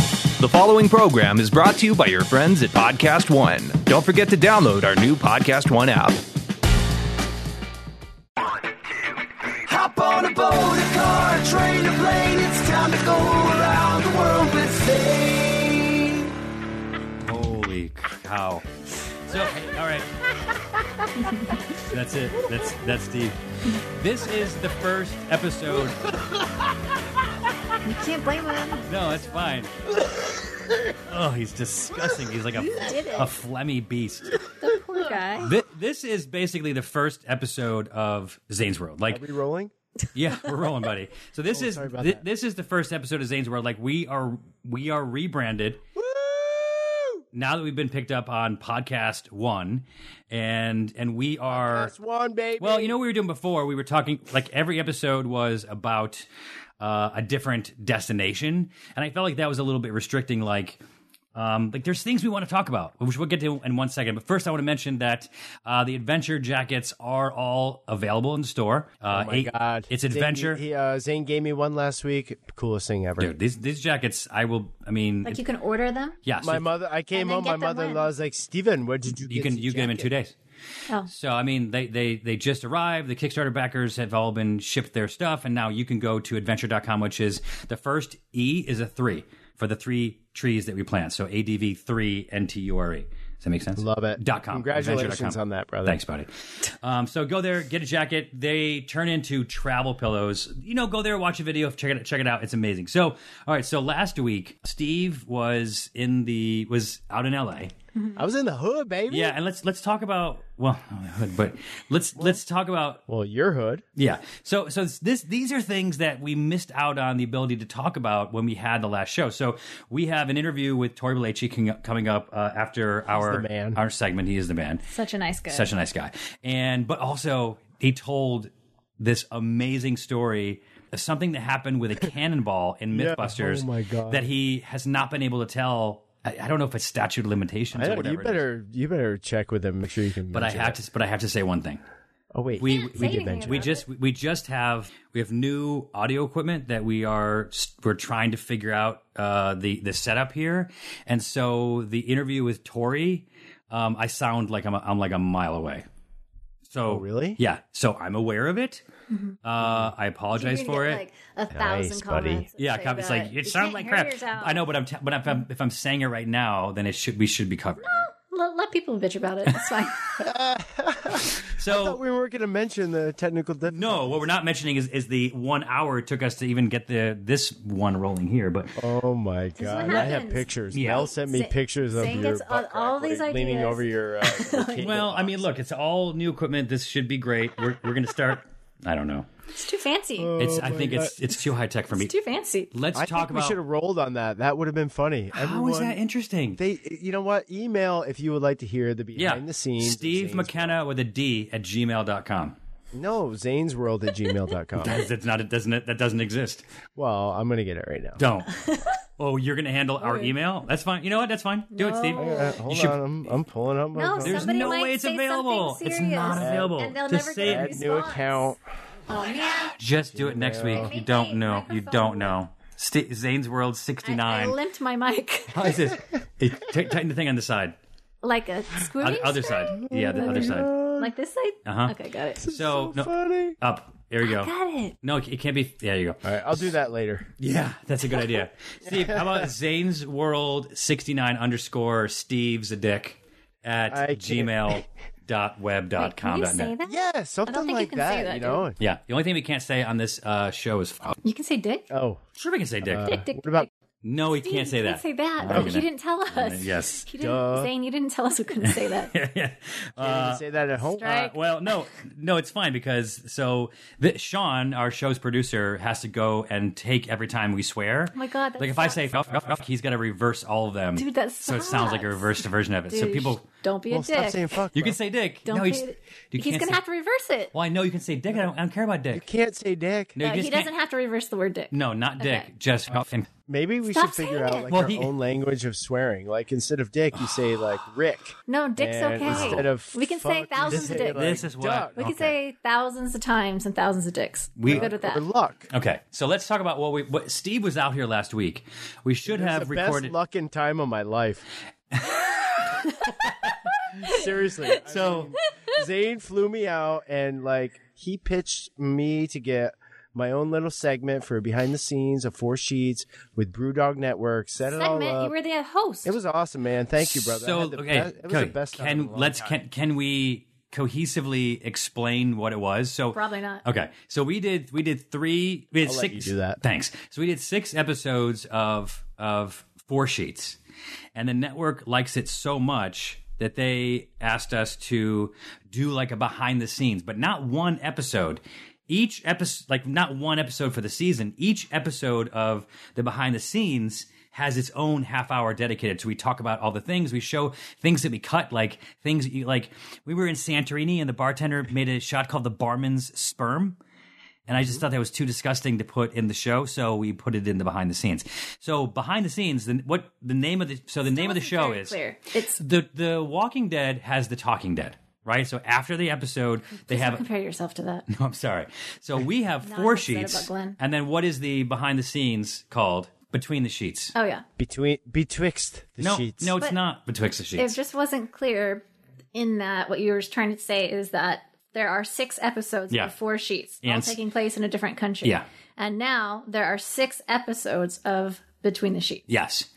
The following program is brought to you by your friends at Podcast One. Don't forget to download our new Podcast One app. Hop on a boat, a car, a train, a plane. It's time to go around the world with Zane. Holy cow! So, hey, all right, that's it. That's that's deep. This is the first episode. You can't blame him. No, that's fine. Oh, he's disgusting. He's like a did it. a phlegmy beast. The poor guy. This, this is basically the first episode of Zane's World. Like, Are we rolling? yeah, we're rolling, buddy. So this is Oh, sorry about thi- that. this is the first episode of Zane's World. Like, we are we are rebranded. Now that we've been picked up on podcast one, and and we are That's one, baby. Well, you know what we were doing before? We were talking like every episode was about uh, a different destination, and I felt like that was a little bit restricting. Like, um, like there's things we want to talk about, which we'll get to in one second. But first, I want to mention that uh, the adventure jackets are all available in the store. Uh, oh my god, It's Zane- adventure. he, uh, Zane gave me one last week. Coolest thing ever. Dude, these these jackets, I will. I mean, Like you can order them. yeah, so My mother, I came And then home. get My them when? mother-in-law was like, "Steven, where did you? you get can the you get them in two jacket?" days. Oh, So I mean, they they they just arrived. The Kickstarter backers have all been shipped their stuff, and now you can go to adventure.com, which is the first E is a three for the three trees that we plant. So ADV three N T U R E. Does that make sense? Love it. Dot com. Congratulations Adventure.com. on that, brother. Thanks, buddy. Um, so go there, get a jacket. They turn into travel pillows. You know, go there, watch a video, check it check it out. It's amazing. So, all right. So last week, Steve was in the was out in L.A. I was in the hood, baby. Yeah, and let's let's talk about well, but let's let's talk about Well, your hood. yeah. So so this these are things that we missed out on the ability to talk about when we had the last show. So we have an interview with Tori Belleci coming up- coming up uh, after our the man. our segment. He is the man. such a nice guy. Such a nice guy, and but also he told this amazing story. of Something that happened with a cannonball in MythBusters Oh my God. that he has not been able to tell. I, I don't know if it's statute of limitations I or don't- whatever. you it is. better, you better check with him. Make sure you can. But I mention have it. to. But I have to say one thing. Oh wait, We say we anything did mention We about just we just have we have new audio equipment that we are we're trying to figure out uh, the the setup here, and so the interview with Tori, um, I sound like I'm a, I'm like a mile away. So Oh, really? yeah. So I'm aware of it. Mm-hmm. Uh, I apologize You're for gonna it. get, Like a thousand Nice, buddy. comments. yeah, Say it's that. like You it sounds can't like hear crap. yourself. I know, but I'm t- but if I'm, if I'm saying it right now, then it should we should be covered. Let, let people bitch about it. It's fine. So I thought we weren't going to mention the technical. Diff- No, what we're not mentioning is, is the one hour it took us to even get the this one rolling here. But Oh my what god! I have happens. pictures. Yeah. Mel sent me Zane- pictures of Zane your gets all- butt crack all these le- leaning ideas. over your. Uh, your well, I mean, look, it's all new equipment. This should be great. We're we're gonna start. I don't know. It's too fancy. It's I think it's it's too high tech for me. it's too fancy. Let's I talk think we about should have rolled on that. That would have been funny. how is that Everyone- interesting? They, you know what? Email if you would like to hear the behind yeah, the scenes. of Steve Zane's- McKenna with a D at gmail.com. No, Zane's World at gmail.com. That's not it doesn't it that doesn't exist. well, I'm gonna get it right now. Don't. oh, you're gonna handle our email? That's fine. You know what? That's fine. Do it, Steve. No. Uh, hold should- on, I'm, I'm pulling up. my No, phone. There's Somebody no might way it's say something available. It's serious. not available. And they'll Just never say get it. a Add new response. account. Oh man, Just do it next week. You don't Hey, know. You microphone. don't know. St- Zane's World I, I 69. limped my mic How is this? It, t- tighten the thing on the side. like a Other, squoogie. other side. Yeah, the other side. Like this side. Uh-huh. Okay, got it. So, no, Funny. up. There you go. Got it. No, it can't be. There you go. All right, I'll do that later. Yeah, that's a good idea. Steve, how about Zane's World 69 underscore Steve's a dick at I can't- gmail dot web dot Can com you dot say net. that? Yeah, something think you like can that, say that, You know? Yeah, the only thing we can't say on this uh, show is fuck. You can say dick. Oh, Sure, we can say dick. dick, dick, what about? no, we can't say Uh, You that. Can't say that. We're not He gonna- didn't tell us. Yes. He didn't, Zane, you didn't tell us we couldn't say that. Can't even say that at home. Strike. Uh, well, no, no, it's fine because so th- Sean, our show's producer, has to go and take every time we swear. Oh my God, that Like if I sucks. say "fuck," fuck, fuck, he's got to reverse all of them. Dude, that so it sounds like a sucks. reversed version of it. So Douche. people Don't be Well, a dick. stop saying fuck. You bro. can say dick. Don't no, be you, a s- dick. you He's can't gonna say- have to reverse it. Well, I know you can say dick. I don't, I don't care about dick. can't say dick. No, you No, he just doesn't can't- have to reverse the word dick. No, not dick. Okay. Just fucking. Maybe we Stop should figure saying out it. like Well, our he- own language of swearing. Like instead of dick, you say like Rick. No, dick's And okay. Instead of we can fuck, say you thousands say, of dicks. like, This is what- duck we Okay. can say thousands of times and thousands of dicks. We- We, are good with that. Or luck. Okay, so let's talk about what we. What Steve was out here last week. We should It's have the recorded. best luck and time of my life. Seriously. I so mean, Zane flew me out and like he pitched me to get my own little segment for behind the scenes of four sheets with Brewdog Network. Set it all Segment, up. you were the host. It was awesome, man. Thank you, brother. I So had the okay, best- it was okay, the best. time in a Can long let's time. can can we cohesively explain what it was? So Probably not. Okay, so we did we did three. We did I'll let six. you do that. Thanks. So we did six episodes of of four sheets, and the network likes it so much that they asked us to do like a behind the scenes, but not one episode. Each episode, like not one episode for the season. Each episode of the behind the scenes has its own half hour dedicated. So we talk about all the things. We show things that we cut, like things that you like. We were in Santorini, and the bartender made a shot called the barman's sperm. And I just Mm-hmm. thought that was too disgusting to put in the show, so we put it in the behind the scenes. So behind the scenes, the, what the name of the so the name of the Wasn't show very is clear. It's the the Walking Dead has the Talking Dead, right? So after the episode, they have compare yourself to that. I'm sorry. So we have Not four upset sheets, about Glenn. and then what is the behind the scenes called? Between the sheets. Oh yeah, between betwixt the no, sheets. no, it's But- not betwixt the it sheets. just wasn't clear in that what you were trying to say is that there are six episodes Yeah. of four sheets, And all s- taking place in a different country. Yeah. and now there are six episodes of Between the Sheets. yes,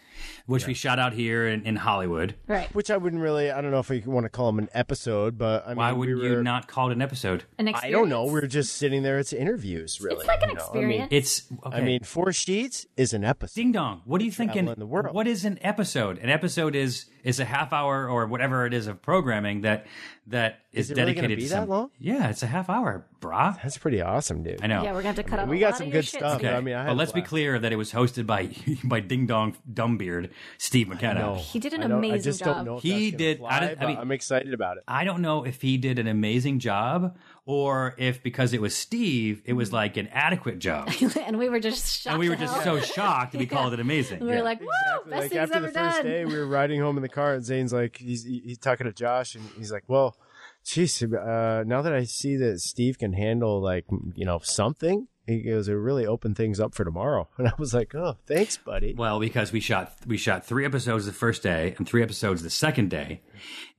which we shot out here in, in Hollywood. Right, Which I wouldn't really. I don't know if we want to call them an episode, but I mean, Why we wouldn't were- you not call it an episode? an I experience. don't know. We're just sitting there. It's interviews, really. it's like an you know? experience. It's okay. I mean, I mean, four sheets is an episode. Ding dong. What are you thinking? in the world. What is an episode? An episode is is a half hour or whatever it is of programming that that is, Is it really dedicated gonna be to that some- long? Yeah, it's a half hour, brah. That's pretty awesome, dude. I know. yeah, we're gonna have to cut out. we a got lot some of your good shit. stuff. Okay, I mean, I had but a let's be blast. clear that it was hosted by by Ding Dong Dumbbeard Steve McKenna. He did an I don't- amazing I just job. don't know. If He that's gonna did- I Fly, don't- I but mean- I'm excited about it. I don't know if he did an amazing job or if because it was Steve, it Mm-hmm. was like an adequate job, and we were just shocked. and we were to just hell. so shocked we called it amazing. we were like, "Whoa, best like thing's after ever the first done." day, we were riding home in the car, and Zane's like, he's he- he's talking to Josh, and he's like, "Well, geez, uh, now that I see that Steve can handle like m- you know something, he goes, it really opened things up for tomorrow." And I was like, "Oh, thanks, buddy." Well, because we shot we shot three episodes the first day and three episodes the second day,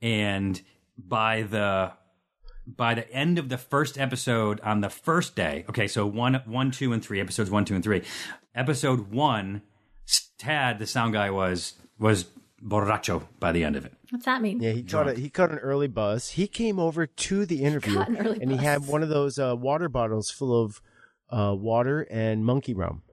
and by the by the end of the first episode on the first day, okay, so one one two and three episodes one two and three, episode one, Tad the sound guy was was borracho by the end of it. What's that mean? Yeah, he caught a, he caught an early buzz. He came over to the interview, Caught an early and he buzz. had one of those uh, water bottles full of uh, water and monkey rum.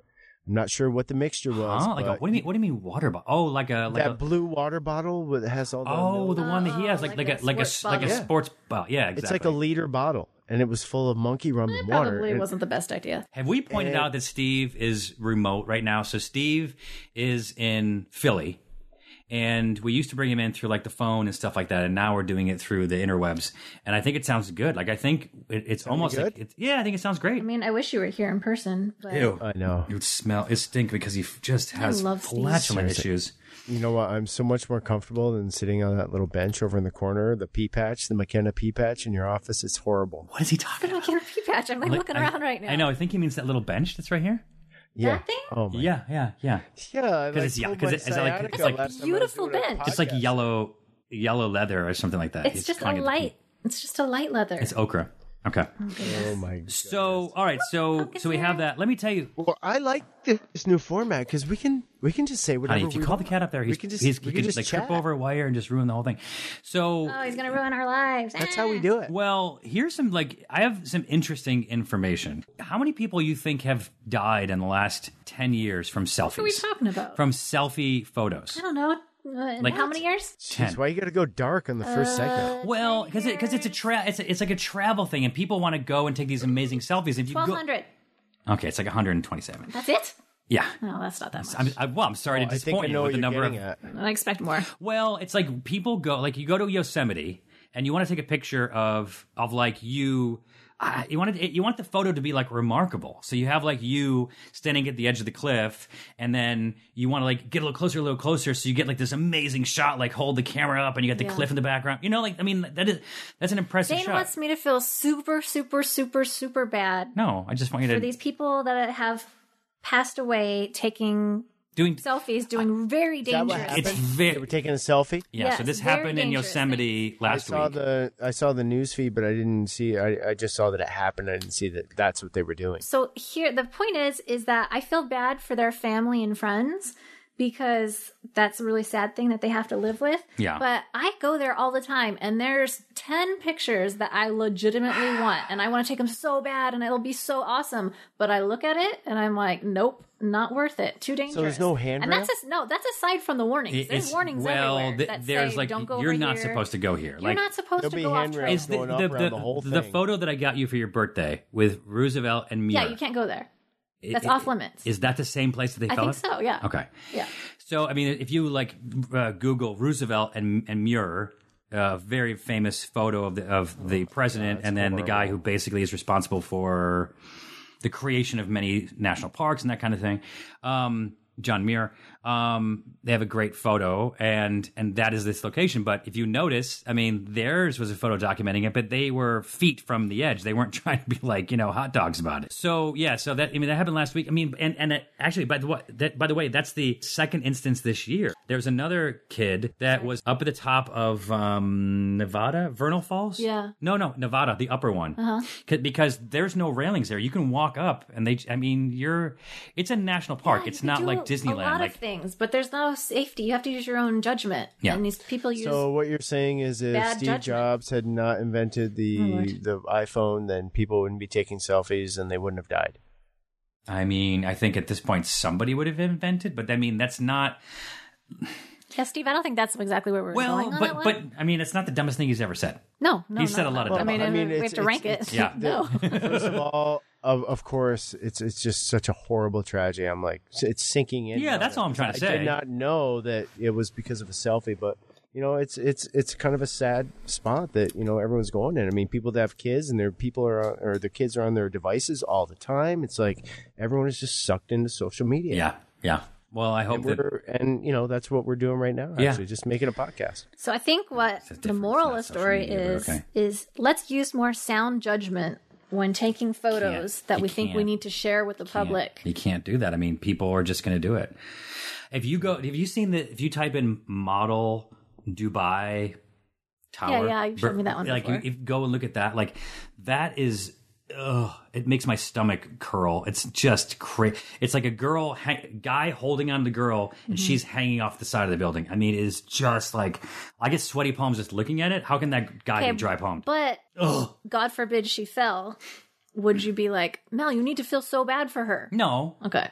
I'm not sure what the mixture was. Huh? Oh, Like a, but what do you mean? What do you mean water bottle? Oh, like a like that a blue Ah, water bottle with has all the oh milk. the one that he has Oh, like like like a a like a s- sports like a bottle. sports bottle. Yeah, exactly. It's like a liter bottle, and it was full of monkey rum and water. Probably and- wasn't the best idea. Have we pointed out that Steve is remote right now? So Steve is in Philly, and we used to bring him in through like the phone and stuff like that, and now we're doing it through the interwebs. And I think it sounds good. Like I think it, it's almost like good? it's, yeah, I think it sounds great. I mean, I wish you were here in person, but Ew. I know. It would smell. It stink because he f- just has love Steve. flatulent issues. You know what? I'm so much more comfortable than sitting on that little bench over in the corner, the pea patch, the McKenna pea patch in your office. It's horrible. What is he talking I about? can't pee patch. I'm like, looking I- around right now. I know. I think he means that little bench that's right here. Yeah. thing? Oh my. Yeah, yeah, yeah. Yeah. Because it's- yeah, 'cause it's like- it's like- Beautiful bench. It's like yellow, yellow leather or something like that. It's He's just a calling it the- light. Hmm. It's just a light leather. It's okra. Okay. Oh my. So all right. So so we have that. Let me tell you. Well, I like this new format because we can we can just say whatever. Honey, if you we call the want. cat up there, We he's, can just- he's, we he can could just like trip chat. over a wire and just ruin the whole thing. So, oh, he's gonna ruin our lives. Ah. That's how we do it. well, here's some like I have some interesting information. How many people you think have died in the last ten years from selfies? What are we talking about? From selfie photos? I don't know. Uh, in Like- how many years? Jeez, why you got to go dark on the first segment? Well, because because it's a tra- it's a, it's like a travel thing, and people want to go and take these amazing selfies. If you Twelve go, hundred. okay, it's like 127. That's it. Yeah. No, that's not that much. I'm, I, well, I'm sorry to Oh, I think I disappoint you know what with the you're number of getting at. I expect more. Well, it's like people go like you go to Yosemite and you want to take a picture of of like you. Uh, you want it, you want the photo to be like remarkable, so you have like you standing at the edge of the cliff, and then you want to like get a little closer, a little closer, so you get like this amazing shot. Like hold the camera up, and you got the Yeah. cliff in the background. You know, like I mean, that is that's an impressive Dane shot. wants me to feel super, super, super, super bad no, I just want you for to these people that have passed away taking doing. selfies, doing very that what dangerous. happened? It's things. They were very taking a selfie. yeah. Yeah, so it's this very happened in dangerous Yosemite I last saw week. the I saw the news feed, but I didn't see. I, I just saw that it happened. I didn't see that that's what they were doing. So here, the point is, is that I feel bad for their family and friends because that's a really sad thing that they have to live with. Yeah. But I go there all the time, and there's ten pictures that I legitimately want, and I want to take them so bad, and it'll be so awesome. But I look at it, and I'm like, nope, not worth it. Too dangerous. there's no And handrail? that's as- no, that's aside from the warnings. It- there's it's- warnings well, everywhere. th- that there's say, like don't go you're over not here. supposed to go here. You're like not supposed There'll to be go off handrails. trail. Is- going up around the whole thing. photo that I got you for your birthday with Roosevelt and Muir. Yeah, you can't go there. i- That's i- off limits. Is that the same place that they I fell think at? so. Yeah. Okay. Yeah. So, I mean, if you like uh, Google Roosevelt and, and Muir, uh, very famous photo of the, of Oh the president and then the guy who basically is responsible for the creation of many national parks and that kind of thing. Um, John Muir. Um, they have a great photo, and and that is this location. But if you notice, I mean, theirs was a photo documenting it, but they were feet from the edge. They weren't trying to be like you know hot dogs about it. So yeah, so that I mean that happened last week. I mean, and and it, actually by the way, that by the way, that's the second instance this year. There was another kid that was up at the top of um, Nevada, Vernal Falls. Yeah. No, no, Nevada, the upper one, Uh-huh. C- because there's no railings there. You can walk up, and they. I mean, you're. It's a national park. Yeah, it's you could not do like A Disneyland. lot Like of things, but there's no safety. You have to use your own judgment. Yeah. And these people use. So what you're saying is, if Bad Steve judgment. Jobs had not invented the the iPhone, then people wouldn't be taking selfies, and they wouldn't have died. I mean, I think at this point somebody would have invented, but I mean, that's not. yeah, Steve, I don't think that's exactly where we're Well, going on that but one. but I mean, it's not the dumbest thing he's ever said. no, no, he said a no, lot of no. I dumb- mean, I I mean, we have it's- to rank it's- it. Yeah. no. First of all, of of course, it's it's just such a horrible tragedy. I'm like, it's sinking in. Yeah, now that's that- all I'm trying to I say. did not know that it was because of a selfie, but you know, it's it's it's kind of a sad spot that you know everyone's going in. I mean, people that have kids and their people are on- or their kids are on their devices all the time. It's like everyone is just sucked into social media. Yeah, yeah. Well, I hope And, that we're, and you know that's what we're doing right now. Yeah. Actually, just making a podcast. So I think what a the different- moral it's of not the social story media, but is okay. is let's use more sound judgment when taking photos that You we think we can't. need to share with the public. You can't do that. I mean, people are just going to do it. If you go, have you seen the? If you type in model Dubai tower, yeah, you showed me that one Like, before. you, if, go and look at that. Like, that is. Ugh, it makes my stomach curl. It's just crazy. It's like a girl, ha- guy holding on to the girl, and Mm-hmm. she's hanging off the side of the building. I mean, it is just like I get sweaty palms just looking at it. How can that guy Okay, get dry palmed? But God forbid she fell. Would you be like, Mel, you need to feel so bad for her? no, Okay.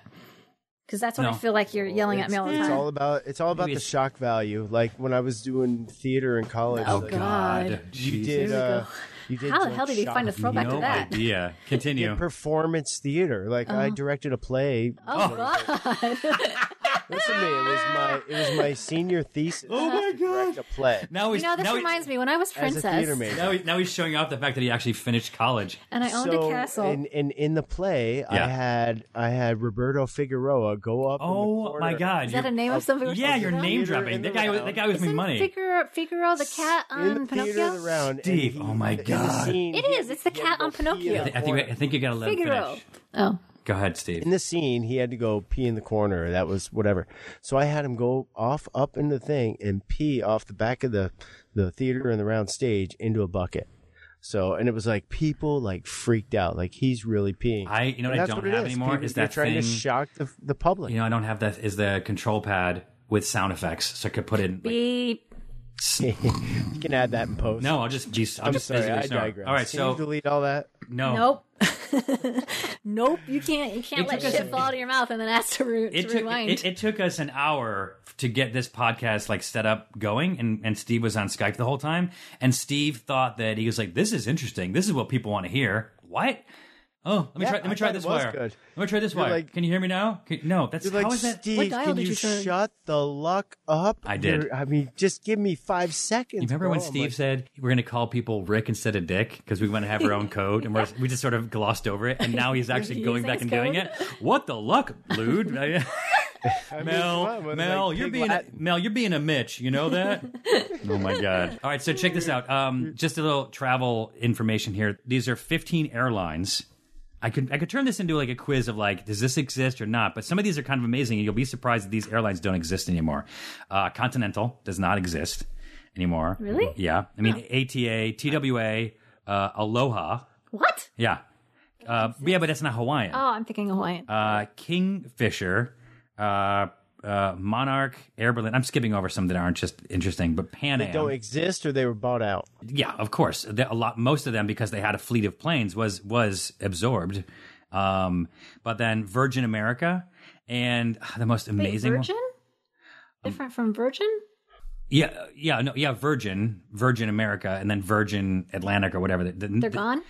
Because that's what I No. feel like you're yelling at me all the It's time. all about it's all about Maybe the it's- shock value. Like when I was doing theater in college, Oh, like, God. you Jesus. did. Uh, you did. How the like, hell did he shock find a throwback to no that? idea. Continue. in performance theater. Like I directed a play. Uh-huh. Oh, God. Listen to me, it was my it was my senior thesis. Oh my God. a play Now you he's know, this now he- reminds me when I was as a theater princess major. Now, he, now he's showing off the fact that he actually finished college. and I owned so, a castle. And, and in the play, I Yeah. had I had Roberto Figueroa go up. in the Oh my corner. God! Is that you're- a name of something? we're Yeah, supposed you're to know? name Theater dropping. in That the guy, was- round. that guy was me Isn't money. Figaro, Figaro the cat on In the theater Pinocchio? around. and Steve, he- oh my in the God. scene, It he- is. It's the he had cat to on go pee in Pinocchio. the I think corner. I think you got to let him Figaro. finish. Oh, Go ahead, in Steve. the scene he had to go pee in the corner that was whatever so i had him go off up in the thing and pee off the back of the the theater and the round stage into a bucket so and it was like people like freaked out like he's really peeing I- you know what And I that's don't it have anymore People- is they're that trying to thing- shock the, the public You know, I don't have that. Is the control pad with sound effects, so I could put in. Like, beep. you can add that in post no, I'll just. Geez, I'll i'm just sorry basically i snore. digress All right, can so you delete all that no, Nope. nope. You can't. You can't It let took us shit a- fall out of your mouth and then ask to, re- It to took rewind. it, it took us an hour to get this podcast like set up going, and and Steve was on Skype the whole time, and Steve thought that he was like, "This is interesting. This is what people want to hear." What? Oh, let me Yeah, try. Let me I try thought this it was wire. good. Let me try this You're wire. like- Can you hear me now? Can, no, that's You're like, how is that? Steve, dial can did you, you try?" shut the luck up? I did. You're- I mean, just give me five seconds. You remember when bro. I'm Steve like, said we're going to call people Rick instead of Dick because we want to have our own code, and we're, we just sort of glossed over it, and now he's actually Using going back his and doing code? it. What the luck, dude? I mean, come on, Mel, with, Mel, like, you're pig being Latin. a, Mel, you're being a Mitch. You know that? oh my god! All right, so check this out. Um, just a little travel information here. These are 15 airlines. I could I could turn this into like a quiz of like does this exist or not? But some of these are kind of amazing, and you'll be surprised that these airlines don't exist anymore. Uh, Continental does not exist anymore. Really? Yeah. I mean, ATA, TWA, uh, Aloha. What? Yeah. Uh, yeah, but that's not Hawaiian Oh, I'm thinking Hawaiian. uh, Kingfisher, uh, uh, Monarch, Air Berlin. I'm skipping over some that aren't just interesting, but Pan Am. don't e- exist or they were bought out. yeah, of course. The- a lot, most of them, because they had a fleet of planes, was was absorbed. Um, but then Virgin America and uh, the most Wait, amazing one. Um, Virgin? Different from Virgin? Yeah, yeah, no, yeah, Virgin, Virgin America, and then Virgin Atlantic or whatever. The, the, They're gone?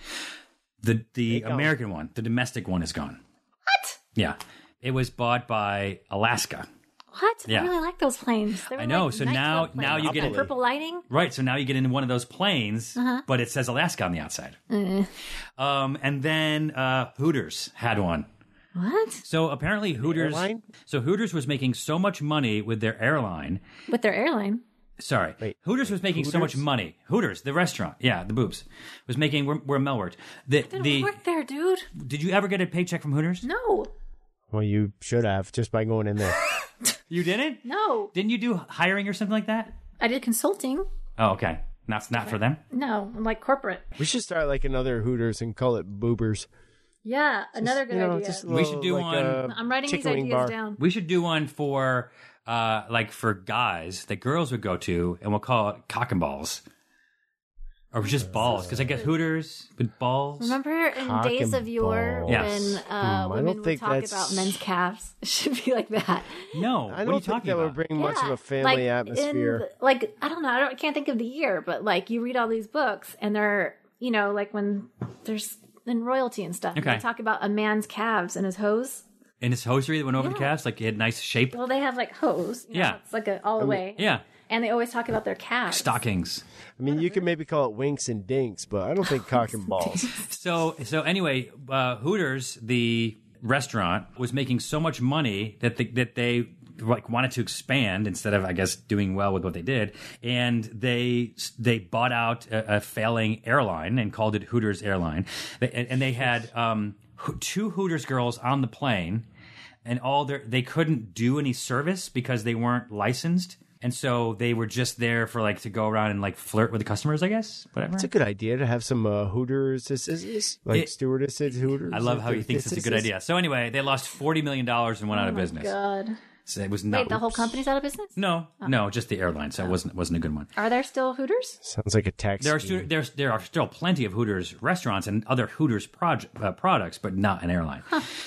the, the American one, the domestic one, is gone. What? Yeah, it was bought by Alaska. What? Yeah. I really like those planes. They were I know, like so now- nightclub now you planes. get it. purple lighting. Right. So now you get into one of those planes, but it says Alaska on the outside. Um, and then uh, Hooters had one. What? So apparently Hooters. airline? So Hooters was making so much money with their airline. With their airline. Sorry, Wait, Hooters was making so much Hooters? money. Hooters, the restaurant, yeah, the boobs, was making where, where Mel worked. The, They don't the work there, dude. did you ever get a paycheck from Hooters? No. Well, you should have just by going in there. You didn't? No. Didn't you do hiring or something like that? I did consulting. Oh, okay. Not not for them. No, I'm like corporate. we should start like another Hooters and call it Boobers. Yeah, another good You know, idea. just a We should little, do like, one- uh, I'm writing these tickling ideas bar. down. We should do one for uh like for guys that girls would go to, and we'll call it cock and balls, or just balls, because I guess Hooters with balls. Remember in Cock days and of yore balls. Yes. when uh, Hmm, I women don't would think talk that's- about men's calves? It should be like that. No, what are I you don't think talking that about? would bring much of Yeah, a family in atmosphere. the- like I don't know, I, don't, I can't think of the year, but like you read all these books and they're you know like when there's in royalty and stuff. and Okay. They talk about a man's calves and his hose. And his hosiery that went over the Yeah. calves, like it had nice shape. Well, they have like hose. you know, Yeah. it's like a, all the way. Yeah, And they always talk about their calves. stockings. I mean, you could maybe call it winks and dinks, but I don't think cock and balls. So so anyway, uh, Hooters the restaurant was making so much money that they, that they like wanted to expand instead of I guess doing well with what they did, and they they bought out a, a failing airline and called it Hooters Airline, they, and, and they had um, ho- two Hooters girls on the plane, and all their they couldn't do any service because they weren't licensed. And so they were just there for like to go around and like flirt with the customers, I guess. Whatever. It's a good idea to have some uh, Hooters, this is- this- like It- stewardesses, Hooters. I love how he thinks it's a good idea. So anyway, they lost forty million dollars and went out of business. Oh God. So it was not Wait, the whole Oh. oops. company's out of business? No, no, just the airline. So it wasn't wasn't a good one. Are there still Hooters? Sounds like a tax. There are scheme. stu- there's there are still plenty of Hooters restaurants and other Hooters proj- uh, products, but not an airline.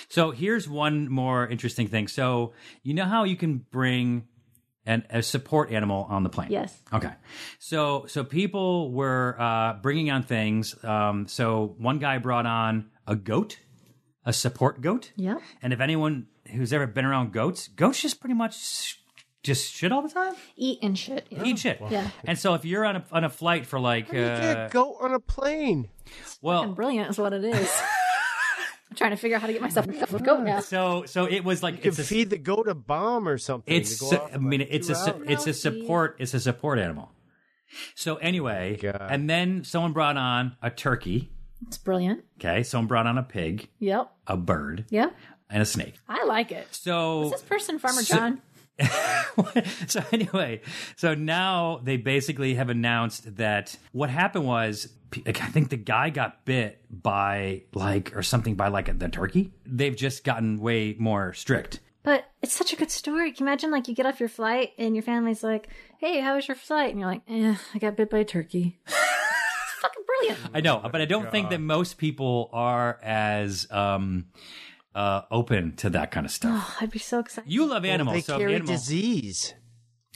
So here's one more interesting thing. So you know how you can bring an, a support animal on the plane. Yes. Okay. So so people were uh, bringing on things. Um, so one guy brought on a goat, a support goat. Yep. And if anyone who's ever been around goats, goats just pretty much sh- just shit all the time. Eat and shit. Oh, yeah. Eat shit. Yeah. And so if you're on a, on a flight for like, You uh, can't go on a plane. well, Brilliant is what it is. I'm trying to figure out how to get myself a goat now. so so it was like You it's can a, feed the goat a bomb or something. it's to go off I in, mean like, it's two a su- hours. it's a support it's a support animal. So anyway, Oh and then someone brought on a turkey. It's brilliant. Okay, someone brought on a pig, Yep. a bird, Yep. and a snake. I like it. So This person, Farmer So- John. so anyway, so now they basically have announced that what happened was p- I think the guy got bit by like or something by like the turkey. They've just gotten way more strict. But it's such a good story. Can you imagine, like, you get off your flight and your family's like, hey, how was your flight? And you're like, eh, I got bit by a turkey. it's fucking brilliant. I know, but I don't think that most people are as um uh open to that kind of stuff. Oh, I'd be so excited. You love animals, they so carry animals. disease. Oh my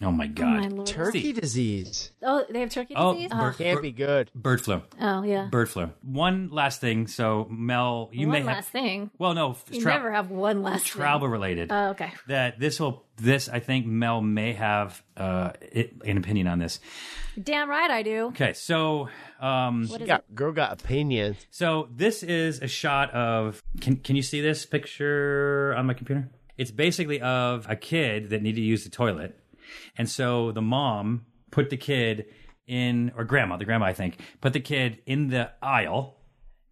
Oh, my god. lord. Turkey disease Oh, they have turkey Oh, disease. bird, can't be good. bird flu. oh, yeah. Bird flu. One last thing. So Mel, you one may last have. thing. Well, no, f- You tra- never have one last travel related. Thing. Oh, okay. that this will this I think Mel may have uh, it, an opinion on this. Damn right I do. Okay, so um, What is Got, girl got opinions. so this is a shot of can can you see this picture on my computer? It's basically of a kid that needed to use the toilet, and so the mom put the kid in or grandma, the grandma I think, put the kid in the aisle,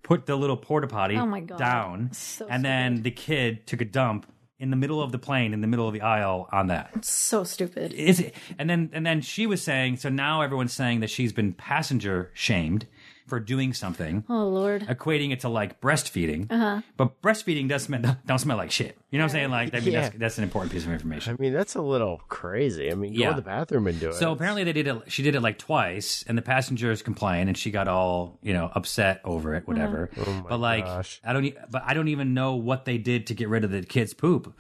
put the little porta potty Oh my God. down, So and then the kid took a dump in the middle of the plane, in the middle of the aisle on that. it? So stupid. is it and then and then she was saying so now everyone's saying that she's been passenger shamed for doing something Oh, Lord. equating it to like breastfeeding uh-huh. but breastfeeding does smell don't smell like shit you know what i'm saying like I mean, that's, Yeah. that's an important piece of information I mean, that's a little crazy. I mean, go Yeah. to the bathroom and do it. so apparently they did it she did it like twice and the passengers complained and she got all you know upset over it whatever but like Oh gosh. i don't e- but i don't even know what they did to get rid of the kid's poop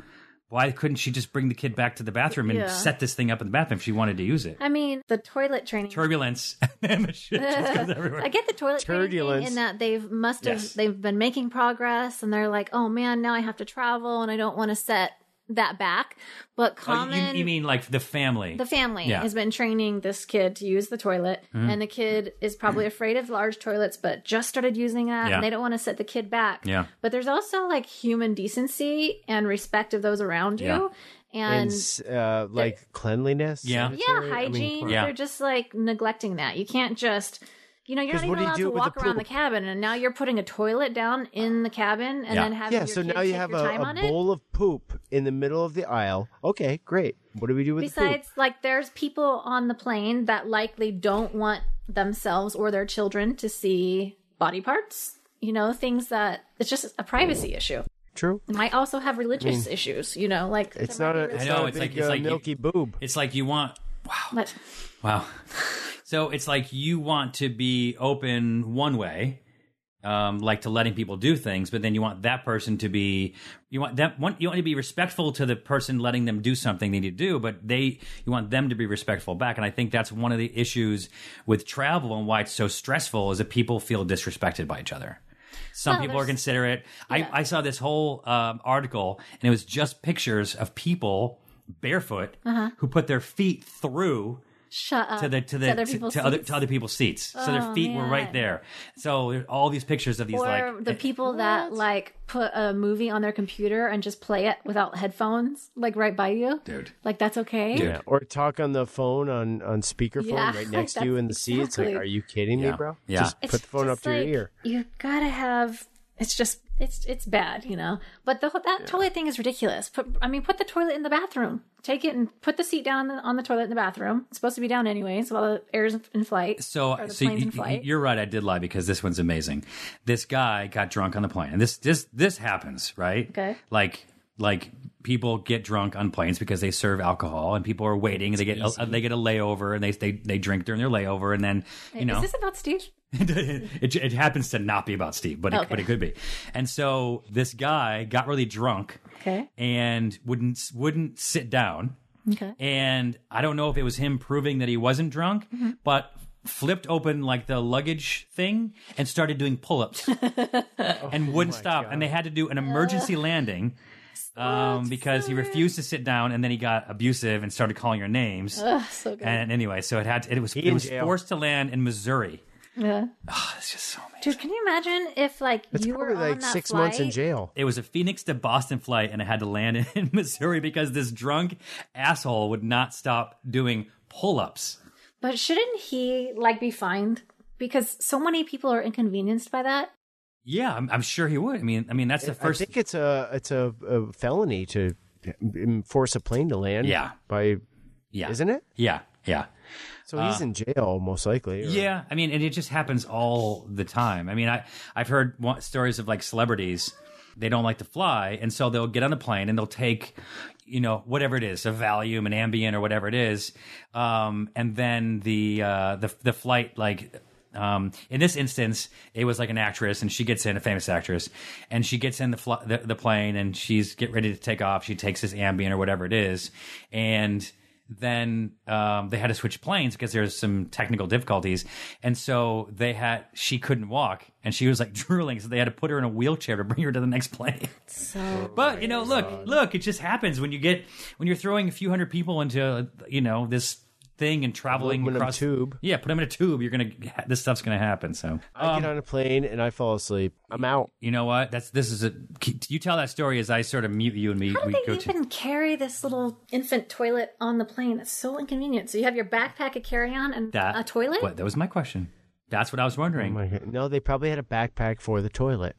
why couldn't she just bring the kid back to the bathroom and Yeah. set this thing up in the bathroom if she wanted to use it I mean, the toilet training. turbulence and the shit just goes everywhere. I get the toilet training thing Turbulence. in that they've must have Yes. they've been making progress and they're like, oh man, now I have to travel and I don't want to set that back. But Oh, you- common, you, mean like the family? the family Yeah. Mm-hmm. has been training this kid to use the toilet, and the kid is probably afraid of large toilets, but just started using that, Yeah. and they don't want to set the kid back. Yeah. But there's also like human decency and respect of those around Yeah. you, and. and s- uh, like cleanliness. Yeah. yeah, sanitary- I mean, hygiene. clean- Yeah. They're just like neglecting that. You can't just, you know, you're 'Cause not what even do allowed you do to with walk the around the poop? cabin, and now you're putting a toilet down in the cabin and Yeah. then having yeah. your So kid now you take have your a, time a on it. bowl of poop in the middle of the aisle. Okay, great. What do we do with the poop? Besides, like, there's people on the plane that likely don't want themselves or their children to see body parts. You know, things that it's just a privacy issue. True. It might also have religious issues. You know, like It's not a. It's I know, not a it's big, like- it's uh, like you- milky boob. It's like you want. but- Wow. so it's like you want to be open one way. Um, like to letting people do things, but then you want that person to be you want that want you want to be respectful to the person letting them do something they need to do, but they you want them to be respectful back. And I think that's one of the issues with travel and why it's so stressful is that people feel disrespected by each other. Some Well, people are there's- considerate. Yeah. I, I saw this whole um, article, and it was just pictures of people barefoot Uh-huh. who put their feet through shut up to the to the other to, people's to other seats. Oh, to other people's seats. so their feet were right man. there. So there- all these pictures of these or like the eh, people that like put a movie on their computer and just play it without headphones, like right by you, Dude. Like that's okay. Dude. Yeah. Or talk on the phone on on speakerphone Yeah, right next to you that's in the seat. It's like, exactly- are you kidding Yeah. me, bro? Yeah. Just It's put the phone up just to like, your ear. You gotta have. It's just it's it's bad, you know. But the whole, that toilet thing is ridiculous. Put I mean, put the toilet in the bathroom. Take it and put the seat down on the, on the toilet in the bathroom. It's supposed to be down anyways while the air's in flight. so or the so plane's in you, flight. you're right. I did lie because this one's amazing. This guy got drunk on the plane, and this this this happens right. Okay. like like people get drunk on planes because they serve alcohol, and people are waiting. and They get a, they get a layover, and they they they drink during their layover, and then you know Is this about Steve? it, it happens to not be about Steve, but it, Okay. but it could be. And so this guy got really drunk, Okay. and wouldn't wouldn't sit down. Okay. And I don't know if it was him proving that he wasn't drunk, but flipped open like the luggage thing and started doing pull-ups and wouldn't stop. And they had to do an emergency landing. Um, because he refused to sit down, and then he got abusive and started calling her names. So good. and anyway, so it had to, it was it in was jail. forced to land in Missouri. yeah. Ah, It's just so amazing. Dude, can you imagine if like It's you were probably on like that six flight? months in jail. It was a Phoenix to Boston flight, and it had to land in Missouri because this drunk asshole would not stop doing pull-ups. But shouldn't he like be fined? Because so many people are inconvenienced by that. Yeah, I'm, I'm sure he would. I mean, I mean that's the first. I think it's a it's a, a felony to um, force a plane to land. Yeah. By yeah, isn't it? Yeah, yeah, So he's in jail most likely. or- yeah. I mean, and it just happens all the time. I mean, I I've heard one, stories of like celebrities. They don't like to fly, and so they'll get on the plane and they'll take, you know, whatever it is, a Valium, an Ambien, or whatever it is, um, and then the uh, the the flight like Um, in this instance, it was like an actress, and she gets in a famous actress, and she gets in the, fl- the the plane, and she's get ready to take off. She takes this Ambien or whatever it is, and then um, they had to switch planes because there was some technical difficulties, and so they had she couldn't walk and she was like drooling, so they had to put her in a wheelchair to bring her to the next plane. So But you know, look, look, it just happens when you get when you're throwing a few hundred people into you know this thing and traveling Aluminum across tube. Yeah, put them in a tube. You're gonna this stuff's gonna happen. So I get on a plane and I fall asleep. I'm out. you know what? That's this is a. You tell that story as I sort of mute you and we how we do they go to. even carry this little infant toilet on the plane? It's so inconvenient. So you have your backpack, a carry-on, and that a toilet. What, that was my question. That's what I was wondering. Oh My God. No, they probably had a backpack for the toilet.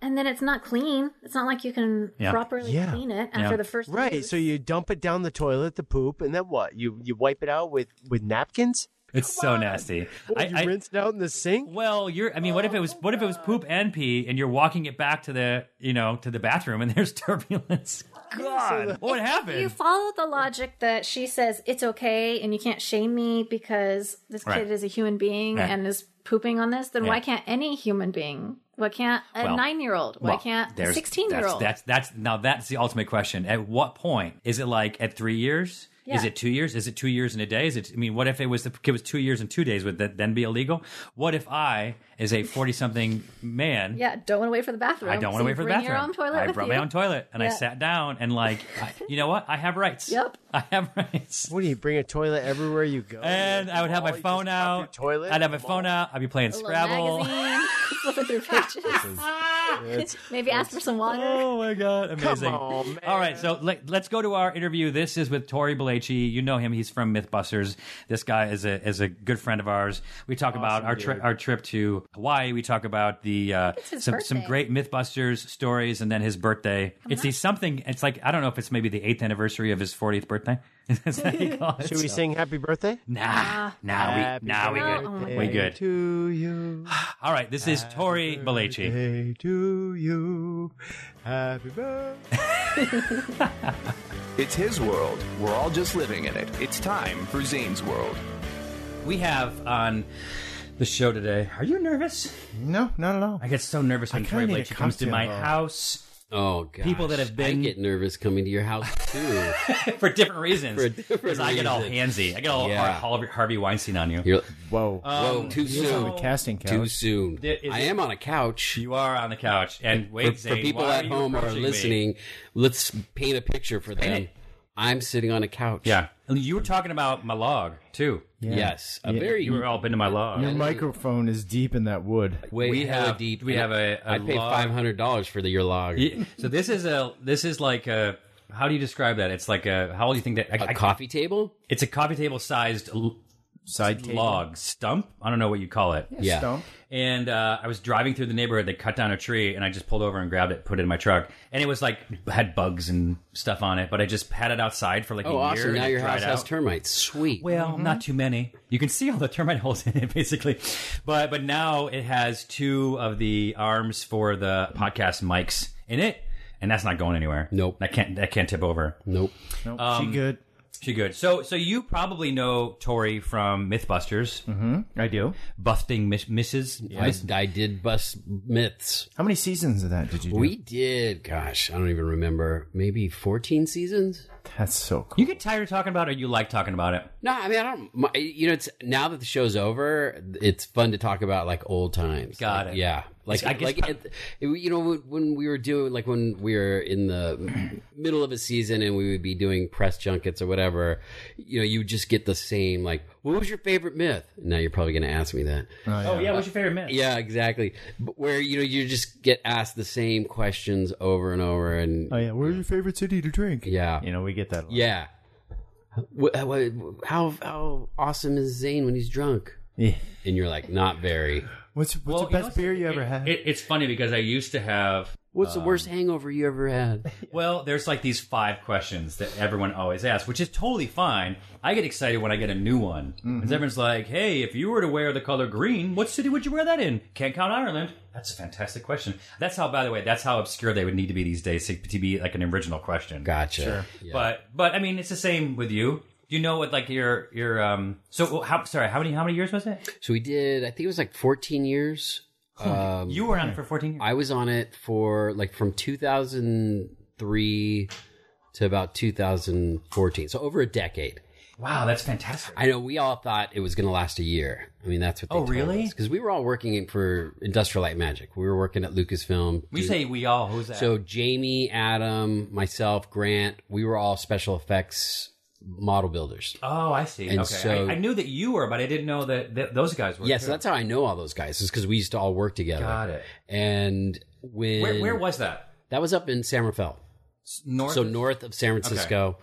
and then it's not clean. It's not like you can Yeah. properly Yeah. clean it after Yeah. the first Right. use. So you dump it down the toilet, the poop, and then what? You you wipe it out with with napkins? it's so nasty. What, I, you I- rinse it out in the sink? well, you're. I mean, what if it was? What if it was poop and pee, and you're walking it back to the, you know, to the bathroom, and there's turbulence. God, what would happen? you follow the logic that she says it's okay and you can't shame me because this Right. kid is a human being Right. and is pooping on this, then Yeah. why can't any human being? Why can't a Well, nine year old? Why Well, can't a there's- 16 year old? That's, that's that's now that's the ultimate question. At what point is it like at three years? Is Yeah. it two years? Is it two years and a day? Is it? I mean, what if it was the it was two years and two days? Would that then be illegal? What if I, as a forty something man, Yeah, don't want to wait for the bathroom. I don't want so to wait you for the bring bathroom. Your own toilet I with brought you. my own toilet and I Yeah. sat down and like, I, you know what? I have rights. Yep. I have rights. What do you bring a toilet everywhere you go? And I would have my You just phone pop your out. toilet I'd have my in the phone mall. out. I'd be playing Little Scrabble. magazine, flipping through pages. Maybe ask for some water. Oh my god, amazing! on, man. All right, so let, let's go to our interview. This is with Tori Belleci. You know him; he's from MythBusters. This guy is a is a good friend of ours. We talk about our tri- our trip to Hawaii. We talk about the uh, some his some birthday. Uh-huh. great MythBusters stories, and then his birthday. it's the something. It's like I don't know if it's maybe the eighth anniversary of his 40th birthday. Is that what you call it? Should we sing happy birthday? Nah, nah, Happy we, nah, we good. birthday. Ah. Oh my birthday We good. To you. All right, this is Tori Belleci. Hey to you. Happy birthday. It's his world. We're all just living in it. It's time for Zane's World. We have on the show today. Are you nervous? No, not at all. I get so nervous when I Troy kinda need Blake a comes to my cocktail. house Oh, gosh. People that have been- I get nervous coming to your house too. for different reasons. For different Because I get all reasons. handsy. I get all Yeah. Har- Har- Harvey Weinstein on you. Um, You're Whoa. Uh, whoa, too soon. the casting couch. Too soon. There is- I am on a couch. You are on the couch. And For, wait, for Zane, people why at you home or approaching me? listening, let's paint a picture for them. I'm sitting on a couch. Yeah. And you were talking about my log, too. Yeah. Yes. A very. You were all been to my log. Your microphone is deep in that wood. way we hella have- deep. we have a- a I paid log. five hundred dollars for the your log. Yeah. So this is a, this is like a, how do you describe that? It's like a, how do you think that? I- A I- coffee table. It's a coffee table sized Side table. log stump. I don't know what you call it. Yeah. Stump. And uh, I was driving through the neighborhood. They cut down a tree, and I just pulled over and grabbed it, put it in my truck, and it was like had bugs and stuff on it. But I just had it outside for like Oh, a year. awesome! and Now it your dried house has Mm-hmm. out. termites. Sweet. Well, not too many. You can see all the termite holes in it, basically. But but now it has two of the arms for the podcast mics in it, and that's not going anywhere. Nope. that can't that can't tip over. nope. Nope, Um, she good. She good. So so you probably know Tori from MythBusters, Mm-hmm. I do. busting miss- misses. I, I did bust myths. How many seasons of that did you do? We did. Gosh, I don't even remember. Maybe fourteen seasons. That's so cool. You get tired of talking about it, or you like talking about it. No, I mean I don't. My, you know, it's now that the show's over, it's fun to talk about like old times. Got Like, it. Yeah, like I guess- like it, it- you know when- when we were doing like when we were in the middle of a season and we would be doing press junkets or whatever. You know, you would just get the same like, what was your favorite myth? Now you're probably going to ask me that. Oh yeah, what's your favorite myth? Yeah, exactly. But where you know you just get asked the same questions over and over, and Oh yeah. Where's your favorite city to drink? yeah, You know we get that. A lot. yeah. Wh- wh- How how awesome is Zane when he's drunk? Yeah. And you're like, not very. What's what's the you know, best beer you ever had? It, it's funny because I used to have. What's the worst hangover you ever had? Well, there's like these five questions that everyone always asks, which is totally fine. I get excited when I get a new one. Mm-hmm. 'Cause everyone's like, hey, if you were to wear the color green, what city would you wear that in? Can't count Ireland. That's a fantastic question. That's how, by the way, that's how obscure they would need to be these days to, to be like an original question. Gotcha. But, but I mean, it's the same with you. Do you know what like your your um? So how sorry? How many how many years was it? So we did. I think it was like 14 years. Um, You were on it for fourteen years. I was on it for like from 2003 to about 2014. So over a decade. Wow, that's fantastic. I know we all thought it was going to last a year. I mean, that's what. They Oh, really? Because we were all working in- for Industrial Light and Magic. We were working at Lucasfilm. We Do- say we all. Who's that? so Jamie, Adam, myself, Grant. We were all special effects model builders. oh, I see. And okay, so- I, I knew that you were, but I didn't know that, that those guys were. Yes, too. that's how I know all those guys. Is because we used to all work together. Oh, got it. And when Where, where was that? that was up in San Rafael. S- North. so north of San Francisco.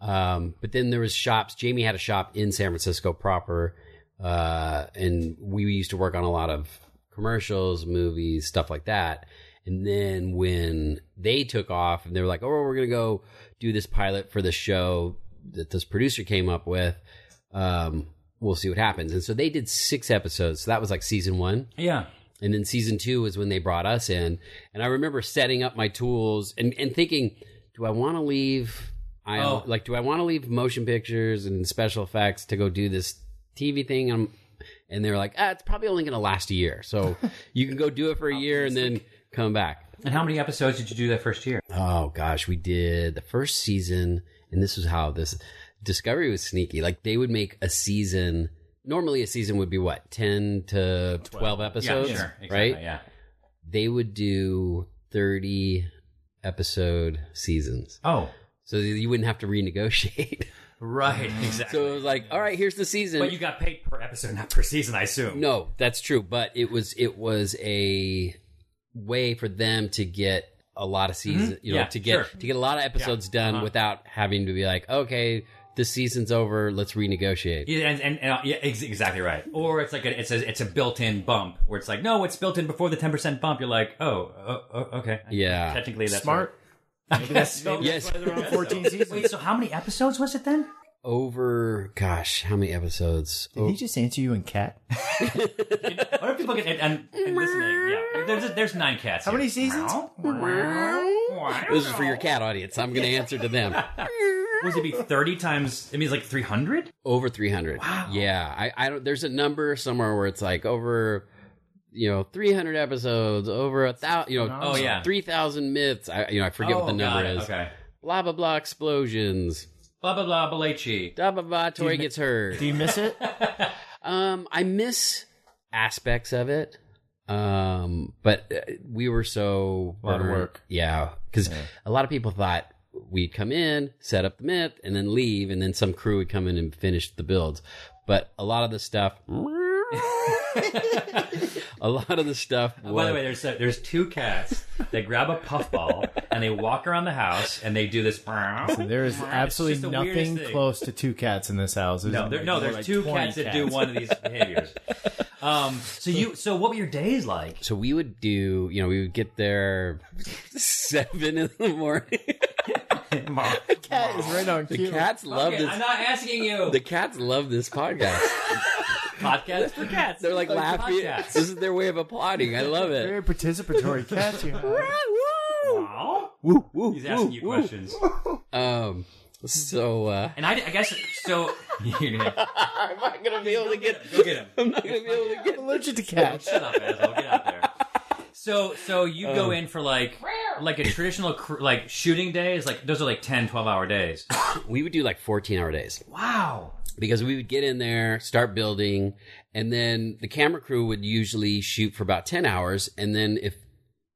Um, but then there was shops. Jamie had a shop in San Francisco proper, uh, and we used to work on a lot of commercials, movies, stuff like that. And then when they took off, and they were like, "Oh, we're gonna go do this pilot for this show that this producer came up with," um, we'll see what happens. And so they did six episodes. So that was like season one. Yeah. And then season two was when they brought us in. And I remember setting up my tools and, and thinking, do I want to leave? I Oh. like, do I want to leave motion pictures and special effects to go do this TV thing? And, and they were like, ah, it's probably only going to last a year. So you can go do it for a year and then come back. And how many episodes did you do that first year? Oh gosh, we did the first season, and this was how this Discovery was sneaky. Like they would make a season. Normally, a season would be what ten to twelve, episodes, yeah, sure. Exactly, right? Yeah. They would do thirty episode seasons, Oh, so you wouldn't have to renegotiate. right. Exactly. so it was like, all right, here's the season. Mm. but you got paid per episode, not per season, I assume. No, that's true, but it was it was a way for them to get a lot of season, you Mm-hmm. Yeah, know, Uh-huh. to get sure. to get a lot of episodes done without having to be like, okay, this season's over, let's renegotiate. Yeah, and, and, and uh, yeah, ex- exactly right. Or it's like a, it's a it's a built-in bump where it's like, no, it's built in before the ten percent bump. You're like, oh, oh, oh okay. Yeah. technically that's Smart. Right. Yes, so- Yes, Around 14 Wait, seasons. so how many episodes was it then? over gosh, how many episodes? Did he just answer you in cat? What if people get and, and, and listening? Yeah, there's there's nine cats. How many seasons? This is for your cat audience. I'm going to answer to them. Was it be thirty times? It means like three hundred. Over 300. Yeah, I, I don't. There's a number somewhere where it's like over, you know, 300 episodes, over a thousand, you know, Oh, yeah. 3,000 myths. I, you know, I forget what the number is. oh, Okay. Blah blah blah explosions. Blah blah blah. Balachi. Blah blah blah. Tori gets hurt. Do you miss it? Um, I miss aspects of it. Um, but uh, we were so A lot of burnt. work. Yeah, because a lot of people thought we'd come in, set up the myth, and then leave, and then some crew would come in and finish the builds. But a lot of the stuff, a lot of the stuff. Was, By the way, there's uh, there's two cats. They grab a puffball and they walk around the house and they do this. There is just absolutely the weirdest nothing thing. close to two cats in this house. No, there, no, there's two cats, that do one of these behaviors. um, so you, so what were your days like? so we would do, you know, we would get there seven in the morning. Cat is right on The cue. cats love Okay, this. I'm not asking you. The cats love this podcast. podcast for cats. They're like laughing. This is their way of applauding. I love it. Very participatory cat you have. Wow. Woo, woo, He's asking woo, you woo. questions, Um, so uh, and I, I guess so. You're gonna I'm not gonna be able to get. go get him. I'm not gonna be able to get. Allergic to cats. Shut up, asshole. Get out there. So, so you Oh. go in for like, like a traditional cr- like shooting day is like those are like 10, 12 hour days. We would do like 14 hour days Wow. because we would get in there, start building, and then the camera crew would usually shoot for about 10 hours, and then if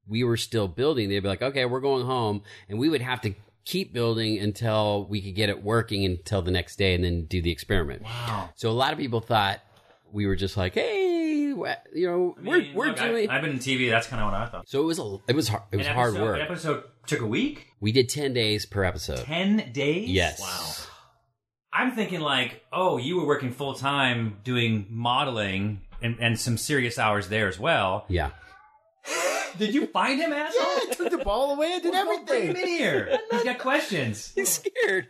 we were still building, they'd be like, "Okay, we're going home," and we would have to keep building until we could get it working until the next day, and then do the experiment. Wow! So a lot of people thought we were just like, "Hey, wha- you know, we're we're Look, I- doing." I've been in TV. That's kind of what I thought. So it was a it was hard it was An hard episode- work. An episode took a week. We did ten days per episode. 10 days? Yes. Wow. I'm thinking, like, oh, you were working full time doing modeling and, and some serious hours there as well. Yeah. Did you find him, asshole? I took the ball away. I did Bring him everything. in here. He's got questions. He's scared.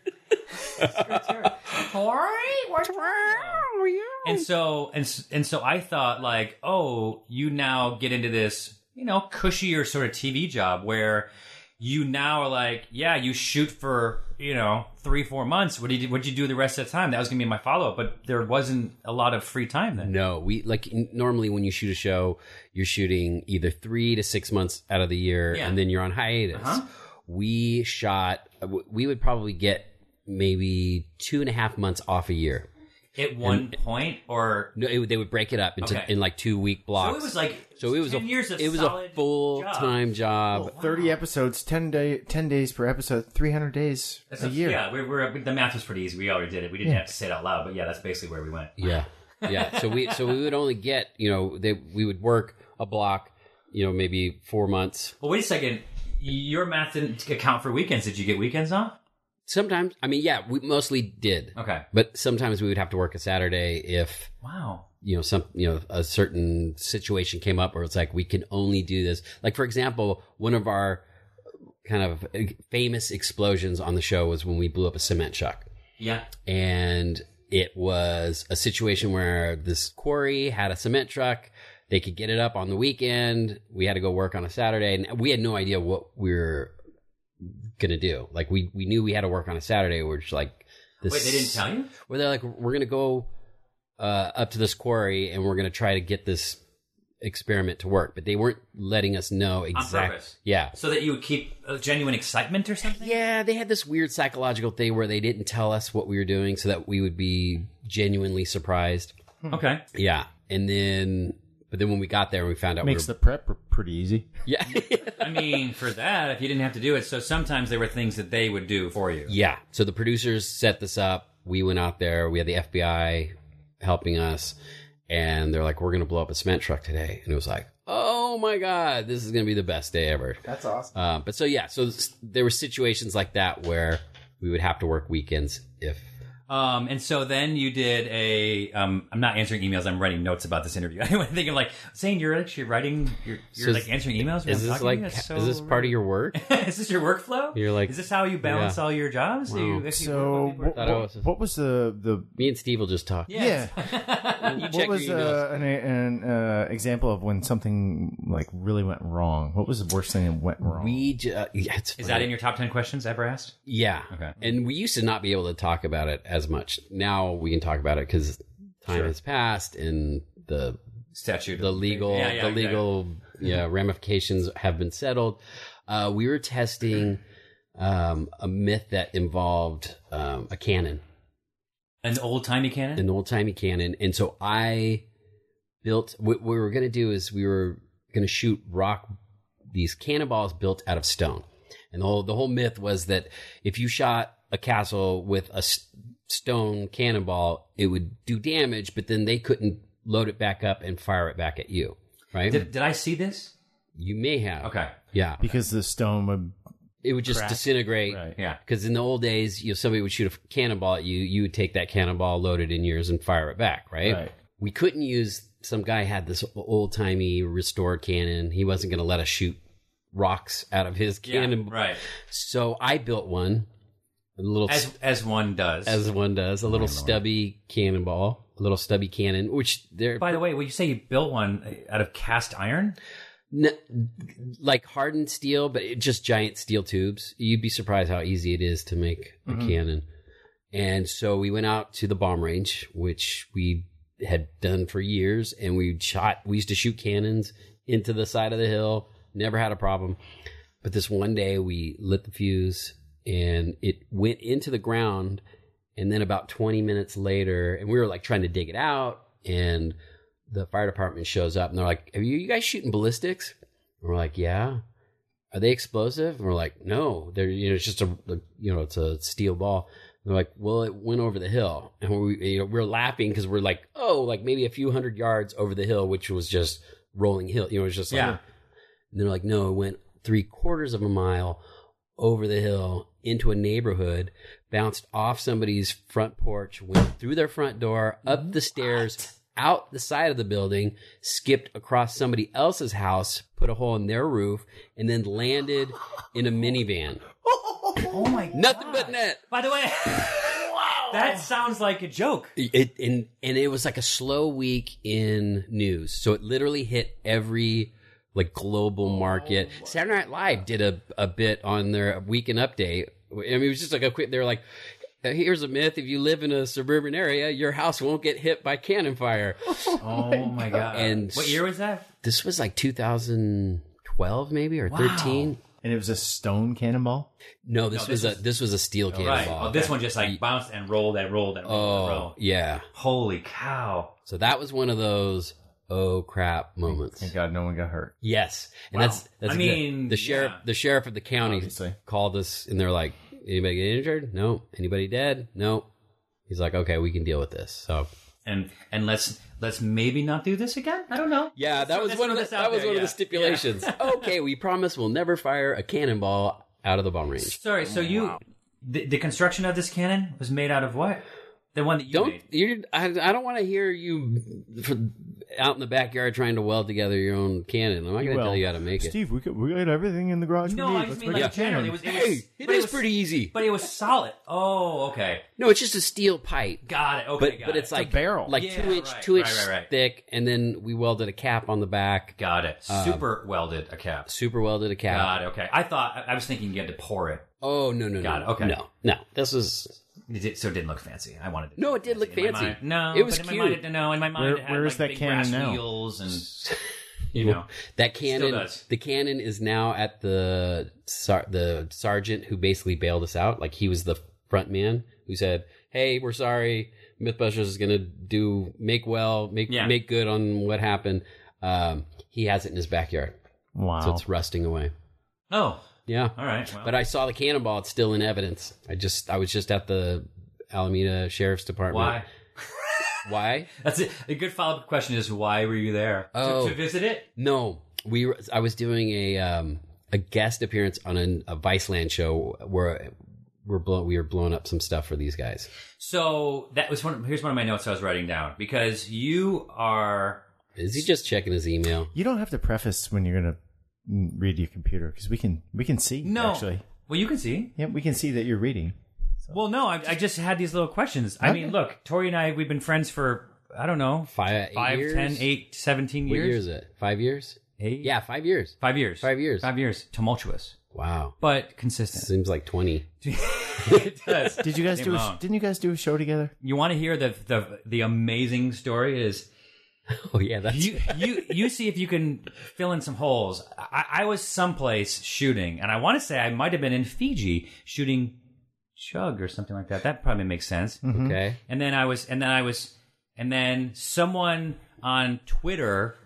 And so, and, s- and so I thought, like, oh, you now get into this, you know, cushier sort of TV job where you now are like, yeah, you shoot for, you know, three, four months. What did you, what'd you do the rest of the time? That was going to be my follow up, but there wasn't a lot of free time then. No, we like n- normally when you shoot a show, you're shooting either three to six months out of the year, Yeah. and then you're on hiatus. Uh-huh. We shot. w- We would probably get maybe two and a half months off a year. At one point, or No, it, would- they would break it up into Okay. in like two week blocks. so it was like So it was 10 a years of it was a solid full job. time job. Uh, Thirty episodes, 10, day, 10 days per episode, three hundred days That's a year. Yeah, we were the math was pretty easy. We already did it. We didn't have to say it out loud, but yeah, that's basically where we went. Yeah, yeah. So we so we would only get you know they we would work a block, you know maybe four months. Well, wait a second. Your math didn't account for weekends. Did you get weekends off? Sometimes I mean yeah we mostly did, Okay. but sometimes we would have to work a Saturday if Wow. you know some you know a certain situation came up where it's like we can only do this. Like for example, one of our kind of famous explosions on the show was when we blew up a cement truck. Yeah. and it was a situation where this quarry had a cement truck. They could get it up on the weekend. We had to go work on a Saturday, and we had no idea what we were gonna do. Like we we knew we had to work on a Saturday. We're just like, this, Wait, they didn't tell you? Where they're like, we're gonna go uh, up to this quarry and we're gonna try to get this experiment to work, but they weren't letting us know exactly. purpose. Yeah, So that you would keep a genuine excitement or something? yeah, they had this weird psychological thing where they didn't tell us what we were doing so that we would be genuinely surprised. Okay. Yeah. And then, but then when we got there, we found out Makes we the prep pretty easy. were, yeah. I mean, for that, if you didn't have to do it, so sometimes there were things that they would do for you. yeah. So the producers set this up. We went out there. We had the FBI helping us. And they're like, we're going to blow up a cement truck today. And it was like, oh my God, this is going to be the best day ever. That's awesome. Uh, but so, yeah. So s- there were situations like that where we would have to work weekends if. Um, and so then you did a. Um, I'm not answering emails. I'm writing notes about this interview. I was thinking like saying you're actually writing. You're, you're So like is- answering emails. Is this like, That's so is this part of your work? rude. is this your workflow? You're like- is this how you balance all your jobs? Do you actually work So, with people? what, Thought I was- what, what was the the Me and Steve will just talk. Yes. You what check was your uh, emails. an, an uh, example of when something like really went wrong? What was the worst thing that went wrong? We ju- uh, yeah, it's Is funny. that in your top 10 questions ever asked? Yeah. Okay. And we used to not be able to talk about it as much. Now we can talk about it because time has passed and the Statute. the legal Yeah, yeah, the legal yeah ramifications have been settled. Uh, we were testing um, a myth that involved um, a cannon, An old timey cannon? an old timey cannon, and so I built. What we were going to do is we were going to shoot rock these cannonballs built out of stone. And the whole the whole myth was that if you shot a castle with a s- stone cannonball, it would do damage, but then they couldn't load it back up and fire it back at you, right? Did, did I see this? you may have. Okay. Yeah. because the stone would It would just disintegrate. Yeah. Because in the old days, you know, somebody would shoot a cannonball at you. You would take that cannonball, load it in yours, and fire it back, right? Right. We couldn't use. Some guy had this old timey restored cannon. He wasn't going to let us shoot rocks out of his Yeah, cannonball. right. So I built one, a little As as, as one does. one does, a little stubby cannonball, a little stubby cannon, which they're By the way, when you say you built one out of cast iron, n- like hardened steel, but it, just giant steel tubes. You'd be surprised how easy it is to make a cannon. And so we went out to the bomb range, which we had done for years, and we shot. We used to shoot cannons into the side of the hill. Never had a problem. But this one day, we lit the fuse, and it went into the ground. And then about 20 minutes later, and we were like trying to dig it out, and the fire department shows up, and they're like, "Are you, you guys shooting ballistics?" And we're like, "Yeah." Are they explosive? And we're like, "No, they're you know it's just a you know it's a steel ball." And they're like, "Well, it went over the hill," and we you know, we're laughing because we're like, "Oh, like maybe a few hundred yards over the hill, which was just rolling hill." You know, it was just like, Yeah. and they're like, no, it went three quarters of a mile over the hill into a neighborhood, bounced off somebody's front porch, went through their front door, up the stairs, out the side of the building, skipped across somebody else's house, put a hole in their roof, and then landed in a minivan. oh my! Nothing but net. By the way, that sounds like a joke. It and and it was like a slow week in news. So it literally hit every like global market. Saturday Night Live did a, a bit on their weekend update. I mean, it was just like a quick. They're like, "Here's a myth: if you live in a suburban area, your house won't get hit by cannon fire." Oh my god! And- what year was that? This was like 2012, maybe or 13. And it was a stone cannonball. No, this was a this was a steel cannonball. Right. Well, this one just like bounced and rolled and rolled and rolled. and Oh rolled. yeah. Holy cow. So that was one of those oh crap moments. Thank God no one got hurt. Yes, and Wow. that's that's I exact- mean, the sheriff yeah. the sheriff of the county Obviously. called us and they're like, anybody get injured? No. Anybody dead? No. He's like, okay, we can deal with this. So And and let's let's maybe not do this again. I don't know. yeah, that was let's one of throw the, this out that was there, one of yeah. the stipulations. okay, we promise we'll never fire a cannonball out of the bomb range. Sorry. So you, the, the construction of this cannon was made out of what? The one that you Don't made. you? I, I don't want to hear you for, out in the backyard trying to weld together your own cannon. I'm not going to tell you how to make it. Steve, we could, we got everything in the garage. No, I just mean like it happen. generally it was. It was Hey, it but is pretty easy. But it was solid. Oh, okay. No, it's just a steel pipe. Got it. Okay. but got but it. it's like barrel. like Yeah, two inch, right, two inch right, right, right. thick, and then we welded a cap on the back. got it. um, Super welded a cap. Super welded a cap. Got it. Okay. I thought I- I was thinking you had to pour it. Oh no no Got no it, okay. no no this is It did, so it didn't look fancy. I wanted it. No, it did look in my fancy. mind- No, It was but in My mind, cute. it- no, in my mind, Where- it had, where is like, that big cannon brass now? Wheels and you know. that cannon. does. The cannon is now at the sar- the sergeant who basically bailed us out. Like he was the front man who said, "Hey, we're sorry. MythBusters is gonna do make well make Yeah. make good on what happened." Um, he has it in his backyard, wow. so it's rusting away. Oh, Yeah. all right. Well, But I saw the cannonball; it's still in evidence. I just I was just at the Alameda Sheriff's Department. why? Why? That's it. A good follow up question is why were you there Oh. to, to visit it? No, we. were- I was doing a um, a guest appearance on an, a Viceland show where we're blown, we were blowing up some stuff for these guys. So that was one. Here's one of my notes I was writing down because you are. Is he just checking his email? you don't have to preface when you're gonna mm, read your computer because we can we can see No. actually. Well, you can see. Yeah, we can see that you're reading. Well, no, I, I just had these little questions. I mean, look, Tori and I, we've been friends for, I don't know, Five, eight five, years? ten, eight, seventeen What years. year is it? Five years? Eight? Yeah, five years. Five years. Five years. Five years. Tumultuous, Wow, but consistent. seems like twenty. it does. Did you guys Leave do? A, him alone. sh- didn't you guys do a show together? You want to hear the, the, the amazing story is Oh yeah, that's you you you see if you can fill in some holes. I, I was someplace shooting, and I want to say I might have been in Fiji shooting chug or something like that. That probably makes sense. okay. And then I was, and then I was, and then someone on Twitter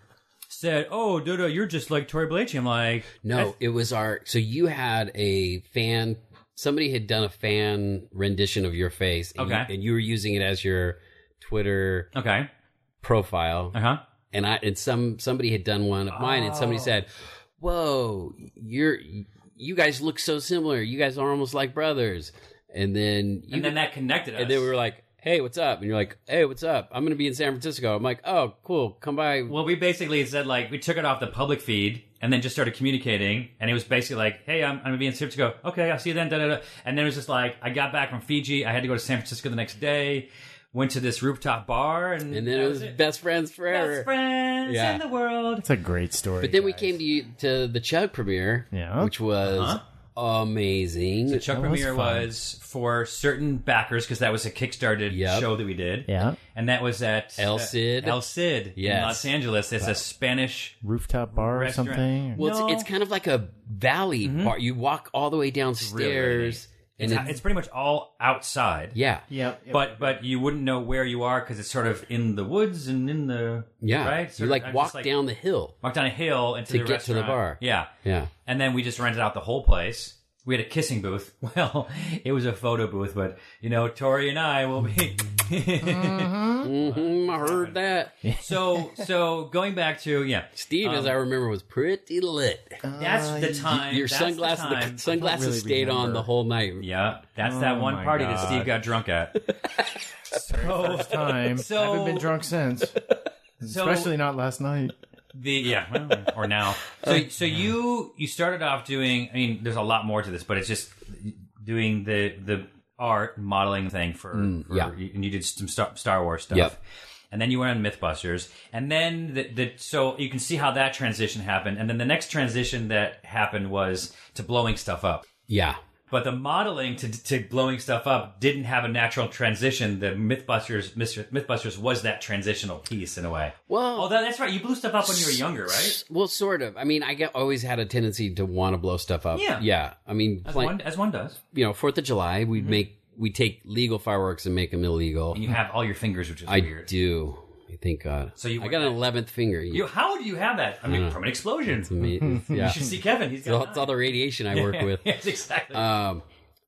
said, "Oh, Dodo, you're just like Tori Blatchy." I'm like, No, it was our. So you had a fan. Somebody had done a fan rendition of your face. And Okay. you, and you were using it as your Twitter "Okay, profile. uh huh." and I and some somebody had done one of mine, and Oh. somebody said, "Whoa, you're you guys look so similar. You guys are almost like brothers." And then you, And then that connected us. and then we were like, "Hey, what's up?" And you're like, "Hey, what's up? I'm gonna be in San Francisco." I'm like, "Oh, cool. Come by." Well, we basically said like we took it off the public feed and then just started communicating, and it was basically like, "Hey, I'm, I'm gonna be in San Francisco. Okay, I'll see you then." Da, da, da. And then it was just like, I got back from Fiji. I had to go to San Francisco the next day. Went to this rooftop bar, and, and then that it was best friends forever. best friends Yeah. in the world. It's a great story. But then we came to you, to the Chug premiere, Yeah. which was Uh-huh. amazing. The Chuck That was premiere fun. was for certain backers because that was a kickstarted Yep. show that we did. yeah, And that was at uh, El Cid. El Cid in Yes. Los Angeles. It's a Spanish rooftop bar or Restaurant. something. well, No. Mm-hmm. it's, it's kind of like a valley bar. You walk all the way downstairs, it's, and it's, it's pretty much all outside. yeah, yeah, But but you wouldn't know where you are because it's sort of in the woods and in the Yeah. right. you Sort of- like I'm just, walk down the hill. walk down a hill into the To get to the restaurant. bar. Yeah, Yeah. and then we just rented out the whole place. We had a kissing booth. Well, it was a photo booth, but you know, Tori and I will be. Uh, hmm I heard that. so so going back to yeah, Steve, as I remember, was pretty lit. that's Ah, Uh, the time. Your Um, that's the sunglasses, the time. sunglasses really stayed on remember. the whole night. yeah, that's that one Oh my party that God. Steve got drunk at. so time. So- I haven't been drunk since, so- especially not last night. The yeah, well, or now. So so you you started off doing. I mean, there's a lot more to this, but it's just doing the the art modeling thing for, for Mm, yeah. and you did some Star, Star Wars stuff. Yep. And then you went on MythBusters, and then the, the so you can see how that transition happened, and then the next transition that happened was to blowing stuff up. Yeah. But the modeling to, to blowing stuff up didn't have a natural transition. The MythBusters Mr. MythBusters was that transitional piece in a way. Well, Although that's right, you blew stuff up when you were younger, right? well, sort of. I mean, I get, always had a tendency to want to blow stuff up. Yeah. yeah. I mean, As plan- one as one does. you know, Fourth of July, we would make we take legal fireworks and make them illegal. And Mm-hmm. you have all your fingers, which is I weird. do. Thank God. So you I got an eleventh finger. You, how do you have that? I mean, from an explosion. I mean, it's- yeah. You should see Kevin. He's It's all, got it's all the radiation I work with. yes, exactly. Um,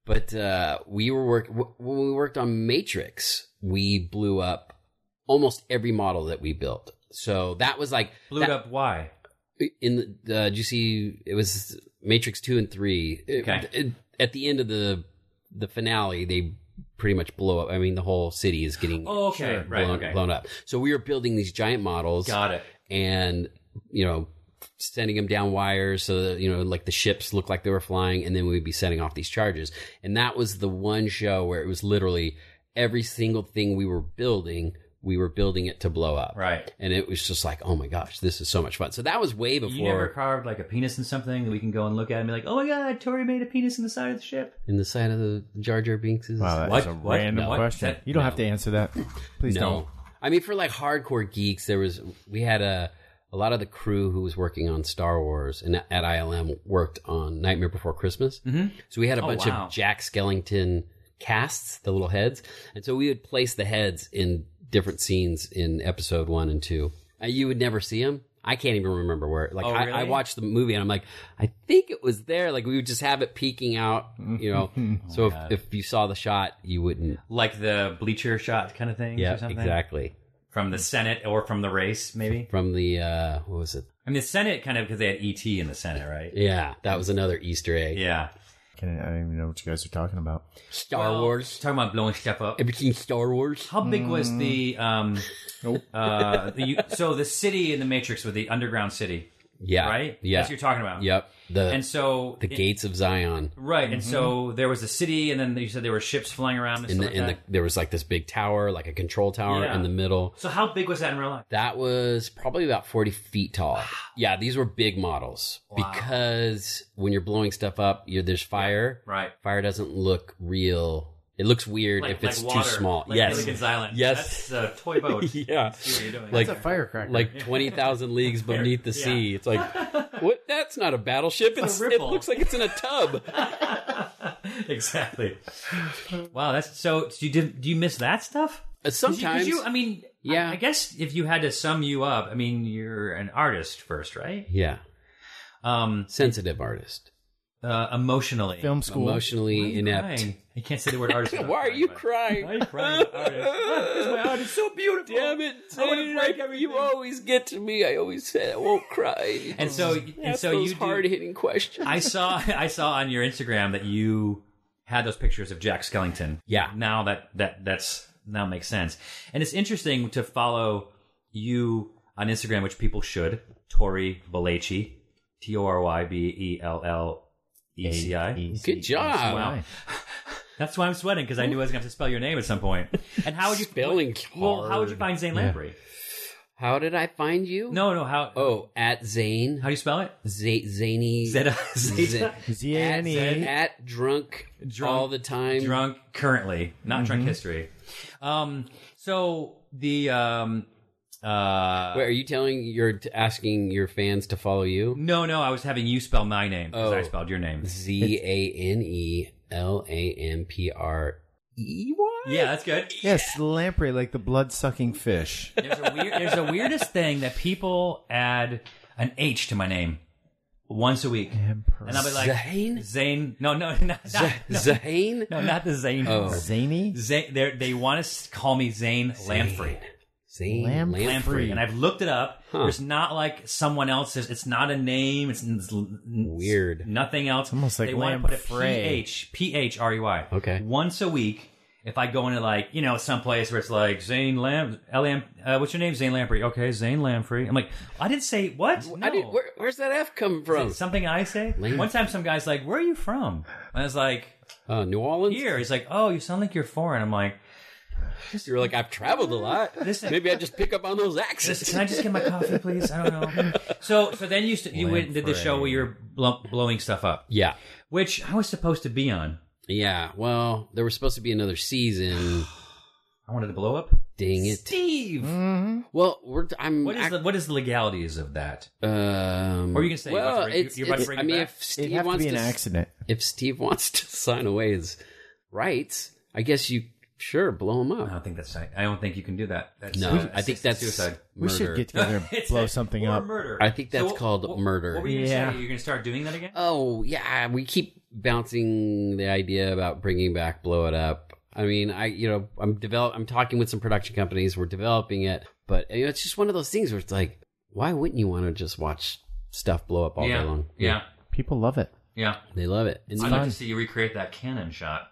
but uh, we were work w- when we worked on Matrix. We blew up almost every model that we built. So that was like blew that- it up. Why? in the, the did you see it was Matrix two and three. It- Okay. it- at the end of the the finale, they pretty much blow up. I mean, the whole city is getting Oh, okay, right, blown, okay. blown up. So we were building these giant models Got it. and you know sending them down wires so that you know like the ships looked like they were flying and then we'd be setting off these charges and that was the one show where it was literally every single thing we were building we were building it to blow up Right. and it was just like oh my gosh this is so much fun so that was way before You never carved like a penis in something that we can go and look at and be like, oh my god, Tori made a penis in the side of the ship. in the side of the jar jar binks is Wow, that's What? a What? random No. question. That- you don't have to answer that. Please no i mean for like hardcore geeks there was we had a a lot of the crew who was working on Star Wars and at ILM worked on Nightmare Before Christmas. Mm-hmm. So we had a Oh, bunch wow. of Jack Skellington casts, the little heads, and so we would place the heads in different scenes in Episode One and Two. Uh, you would never see them. I can't even remember where. Like Oh, I, I really? watched the movie and I'm like, I think it was there. Like we would just have it peeking out, you know. so if, if you saw the shot, you wouldn't. Like the bleacher shot kind of thing. Yeah, or something? exactly. From the Senate or from the race, maybe. from the uh what was it I mean, the Senate kind of because they had ET in the Senate, right? yeah that was another easter egg Yeah. Can, I don't even know what you guys are talking about. star Well, wars Talking about blowing stuff up. have you seen star wars How big was Hmm. the um? Nope. Uh, the, you, so the city in the Matrix with the underground city, yeah right? yeah That's what you're talking about. yep the And so the it- gates of zion right? And so there was a city, and then you said there were ships flying around and and, stuff like the, and the, that. there was like this big tower like a control tower Yeah. in the middle so how big was that in real life? that was probably about 40 feet tall yeah these were big models because when you're blowing stuff up you there's fire Right. fire doesn't look real it looks weird if it's too small Like yes Gilligan's Island. Yes. That's a toy boat. yeah What are you doing? like Firecracker. like 20,000 leagues beneath the Yeah. sea. It's like, what? That's not a battleship. It's, it ripple. looks like it's in a tub. Uh, exactly. Wow, that's so. so you did? Do you miss that stuff? Uh, 'Cause you- 'cause Sometimes. you, I mean, I- Yeah. I, guess if you had to sum you up, I mean, you're an artist first, right? yeah. Um, Sensitive artist. uh, emotionally. Film school. Emotionally inept. Crying. I can't say the word artist. without Why are crying, you but- crying? Why are you crying? about artist? It's my art. It's so beautiful. Damn it. I wanna Zane, break I- everything. you always get to me. I always say I won't cry. And so, and Ask so those you do, hard hitting questions. I saw I saw on your Instagram that you had those pictures of Jack Skellington. Yeah. Now that that that's now makes sense. And it's interesting to follow you on Instagram, which people should. Tori Belleci, T O R Y B E L L E C I. Good job. Wow. That's why I'm sweating because I knew I was going to have to spell your name at some point. And how would you Spelling Well, how would you hard. find Zane Lamprey? How did I find you? No, no. How Oh, at Zane. how do you spell it? Z- zany. Zeta, Z- Zeta, at, Z-A-N-E. at drunk, Drunk- all the time. drunk currently, not drunk history. Um, so the um, uh, Wait, are you telling you're t- asking your fans to follow you? no, no, I was having you spell my name because I Oh. spelled your name. Z A N E L A M P R E Y. Yeah, that's good. Yes, lamprey, like the blood sucking fish. There's a weird, there's a weirdest thing that people add an H to my name once a week, and I'll be like Zane? Zane. No, no, not, not, no, Zane. no, not the Zane. Oh. Zany? Zane, they're- they want to s- call me Zane Lamprey. Zane Lamp- Lamprey, and I've looked it up. Huh. There's not like someone else's. It's not a name. It's, it's Weird. Nothing else. Almost like they want to put a Lamprey. ph p h r e y. Okay. Once a week, if I go into like you know some place where it's like Zane Lam, L M, uh, what's your name? Zane Lamprey. Okay, Zane Lamprey. I'm like, I didn't say what. No. I did, where, where's that F come from? Something I say. Lam- One time, some guy's like, "Where are you from?" And I was like, Uh, New Orleans. "Here." He's like, "Oh, you sound like you're foreign." I'm like. You're like, I've traveled a lot. Listen. Maybe I just pick up on those accents. Can I just get my coffee, please? I don't know. So, so then you st- you went and did the show where you were blow- blowing stuff up, yeah. which I was supposed to be on. Yeah. Well, there was supposed to be another season. I wanted to blow up. Dang it. Mm, Steve, Well, we're, I'm. what is act- the what is the legalities of that? Um, Or you can say you're about to well, bring- you're it's- about to it's- bring I it mean, back. if Steve It'd have to wants be an s- accident. if Steve wants to sign away his rights, I guess you sure blow him I up. Uh, don't think that's right. I don't think you can do that. That's, No, I think that's suicide. We murder. should get together and It's blow like- something or up. Murder. I think that's called what- murder. What were you gonna Yeah. say? You're gonna start doing that again? Oh yeah, we keep bouncing the idea about bringing back blow it up. I mean, I you know I'm develop I'm talking with some production companies. We're developing it, but you know, it's just one of those things where it's like, why wouldn't you want to just watch stuff blow up all yeah. day long? yeah, People love it. yeah, they love it. And I'd like fun. to see you recreate that cannon shot.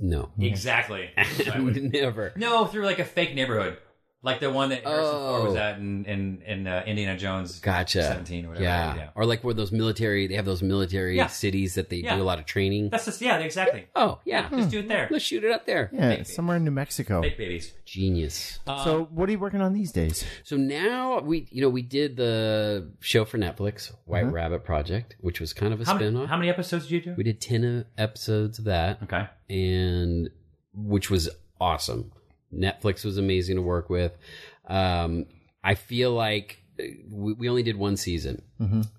no, Exactly. I would- never. no, through like a fake neighborhood, like the one that Harrison Ford was Oh. at in in, in uh, Indiana Jones. Gotcha. 17 or whatever. Yeah. Yeah. Or like where those military, they have those military Yeah. cities that they Yeah. do a lot of training. That's just yeah, exactly. oh, yeah. Just do it there. Let's shoot it up there. Yeah, somewhere in New Mexico. Fake babies. Genius. so, what are you working on these days? So now we, you know, we did the show for Netflix, White Rabbit Project, which was kind of a How spin many, off. how many episodes did you do? we did 10 episodes of that. Okay. and which was awesome. Netflix was amazing to work with. Um, I feel like uh, we, we only did one season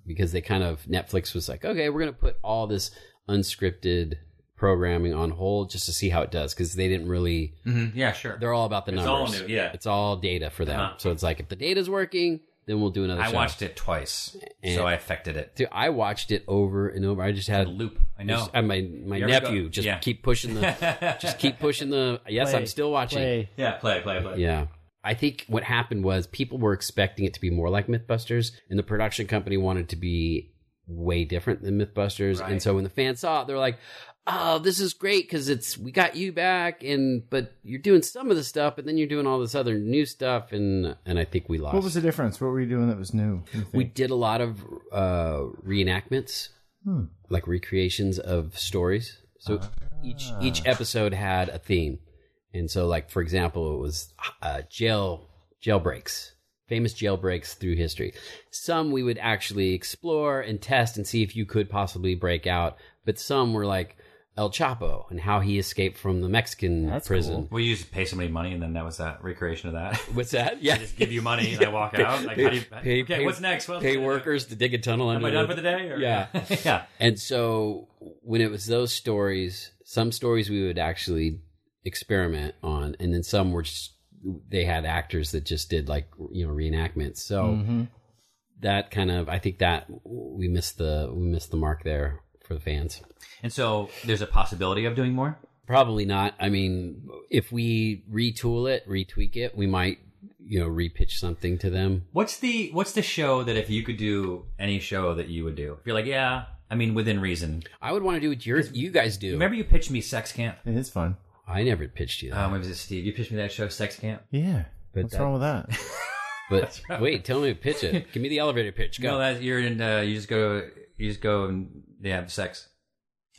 because they kind of Netflix was like, okay, we're gonna put all this unscripted programming on hold just to see how it does because they didn't really. Mm-hmm. Yeah, sure. They're all about the It's all numbers. new, yeah. it's all data for them. Uh-huh. So it's like if the data's working, then we'll do another. I show. watched it twice, And- so I affected it. Dude, I watched it over and over. I just had The loop. I know. and my my You ever nephew go- just yeah. keep pushing the just keep pushing the yes Play, i'm still watching play. Yeah, play, play, play. yeah i think what happened was people were expecting it to be more like mythbusters and the production company wanted to be way different than mythbusters and Right. so when the fans saw it they're like oh this is great because it's we got you back and but you're doing some of the stuff and then you're doing all this other new stuff and and i think we lost What was the difference? What were you doing that was new? you think? we did a lot of uh, reenactments, Hmm. like recreations of stories. So each Ah. each episode had a theme, and so like for example, it was uh, jail jailbreaks, famous jailbreaks through history. Some we would actually explore and test and see if you could possibly break out, but some were like El Chapo and how he escaped from the Mexican That's prison. Well, you just pay somebody money, and then that was that recreation of that. What's that? Yeah. just give you money, and I walk out. Like, how do you, okay, Pay- pay- what's next? What else pay can I do? workers to dig a tunnel Am under. I done for the day? Or? Yeah. yeah. And so when it was those stories, some stories we would actually experiment on, and then some were just, they had actors that just did like you know reenactments. So Mm. that kind of I think that we missed the we missed the mark there for the fans. And so there's a possibility of doing more. Probably not. I mean, if we retool it, retweak it, we might you know repitch something to them. What's the What's the show that if you could do any show that you would do? If you're like, yeah, I mean, within reason. I would want to do what you you guys do. Remember you pitched me Sex Camp. It is fun. I never pitched you that. Um, it was it Steve. You pitched me that show, Sex Camp. Yeah. What's that- wrong with that? but wait, tell me to pitch it. Give me the elevator pitch. Go. No, that you're in. Uh, you just go. You just go and they have sex.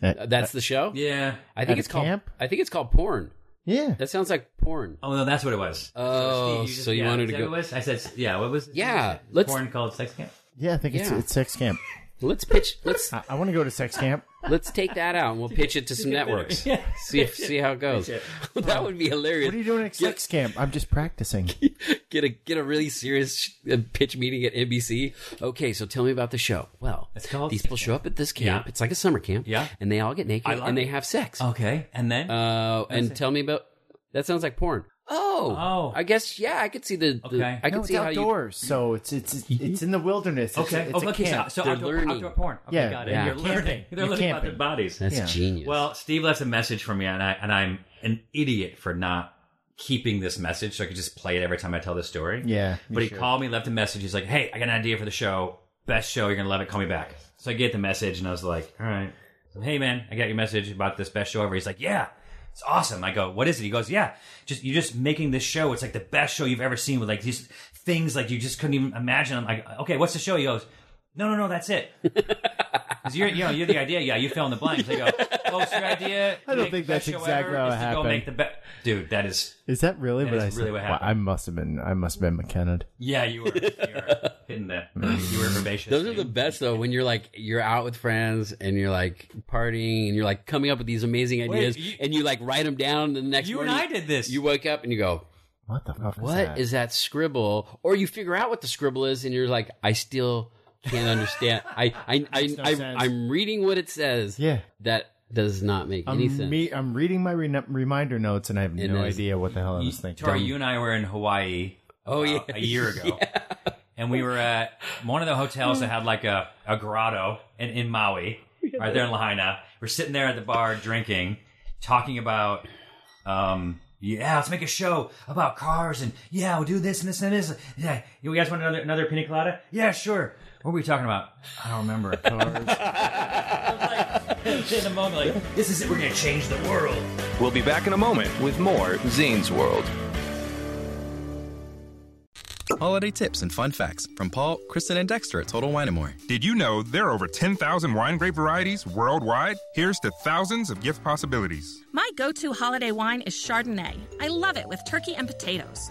Uh, That's the show. Yeah. I think At it's a called. camp? I think it's called porn. yeah. That sounds like porn. Oh no, that's what it was. Oh, just- so you yeah, is wanted to that go- what it was? I said, yeah. What was? Yeah, Let's let's- porn called sex camp. Yeah, I think it's, Yeah. it's sex camp. Let's pitch. Let's I, I want to go to sex camp. let's take that out and we'll pitch it to some networks. See if, see how it goes. that would be hilarious. What are you doing at sex camp? I'm just practicing. Get a get a really serious sh- uh, pitch meeting at NBC. Okay, so tell me about the show. Well, It's called- these people show up at this camp. Yeah. It's like a summer camp. Yeah. and they all get naked I like and it. Oh. they have sex. Okay, and then Uh, and tell me about. That sounds like porn. Oh, Oh. I guess yeah. I could see the. the- Okay. I no, could it's see how you. outdoors, so it's it's it's in the wilderness. It's- Mm-hmm. okay, it's oh, a okay, camp. so, so They're outdoor, learning. outdoor porn. Okay, Yeah, got it. yeah. You're Camping. learning. They're You're learning about camping. their bodies. That's Yeah. genius. Well, Steve left a message for me, and I and I'm an idiot for not keeping this message, so I could just play it every time I tell this story. Yeah, you But he should. called me, left a message. He's like, "Hey, I got an idea for the show. Best show. You're gonna love it. Call me back." So I get the message, and I was like, "All right." So, hey, man, I got your message about this best show ever. He's like, "Yeah." It's awesome. I go, what is it? He goes, yeah, just you're just making this show. It's like the best show you've ever seen with like these things like you just couldn't even imagine. I'm like, okay, what's the show? He goes, no, no, no, that's it. Because you're, you know, you're the idea. Yeah, you fill in the blanks. They go, poster idea. I don't make think the best that's show exactly ever how is it to Go happened. make the be- Dude, that is. Is that really That what is I really said? what Wow, happened. I must have been. I must have been McKenna. Yeah, you were, you were hitting that. You were herbaceous. Those are the best though when you're like you're out with friends and you're like partying and you're like coming up with these amazing ideas you- and you like write them down and the next You and morning, I did this. You wake up and you go, What the fuck? "What is that? that scribble?" Or you figure out what the scribble is and you're like, "I still can't understand. I I I, no I sense. I'm reading what it says. Yeah. that does not make any I'm, sense. me, I'm reading my re- reminder notes and I have It no is- idea what the hell I was thinking. Tori, Dumb. you and I were in Hawaii oh yeah, a year ago. And we were at one of the hotels that had like a, a grotto in, in Maui, right there in Lahaina. We're sitting there at the bar drinking, talking about, um, yeah, let's make a show about cars and yeah, we'll do this and this and this. Yeah, you guys want another another pina colada? Yeah, sure. What were we talking about? I don't remember. I was like, in the moment, like this is it. We're gonna change the world. We'll be back in a moment with more Zane's World. Holiday tips and fun facts from Paul, Kristen, and Dexter at Total Wine & More. Did you know there are over 10,000 wine grape varieties worldwide? Here's to thousands of gift possibilities. My go to holiday wine is Chardonnay. I love it with turkey and potatoes.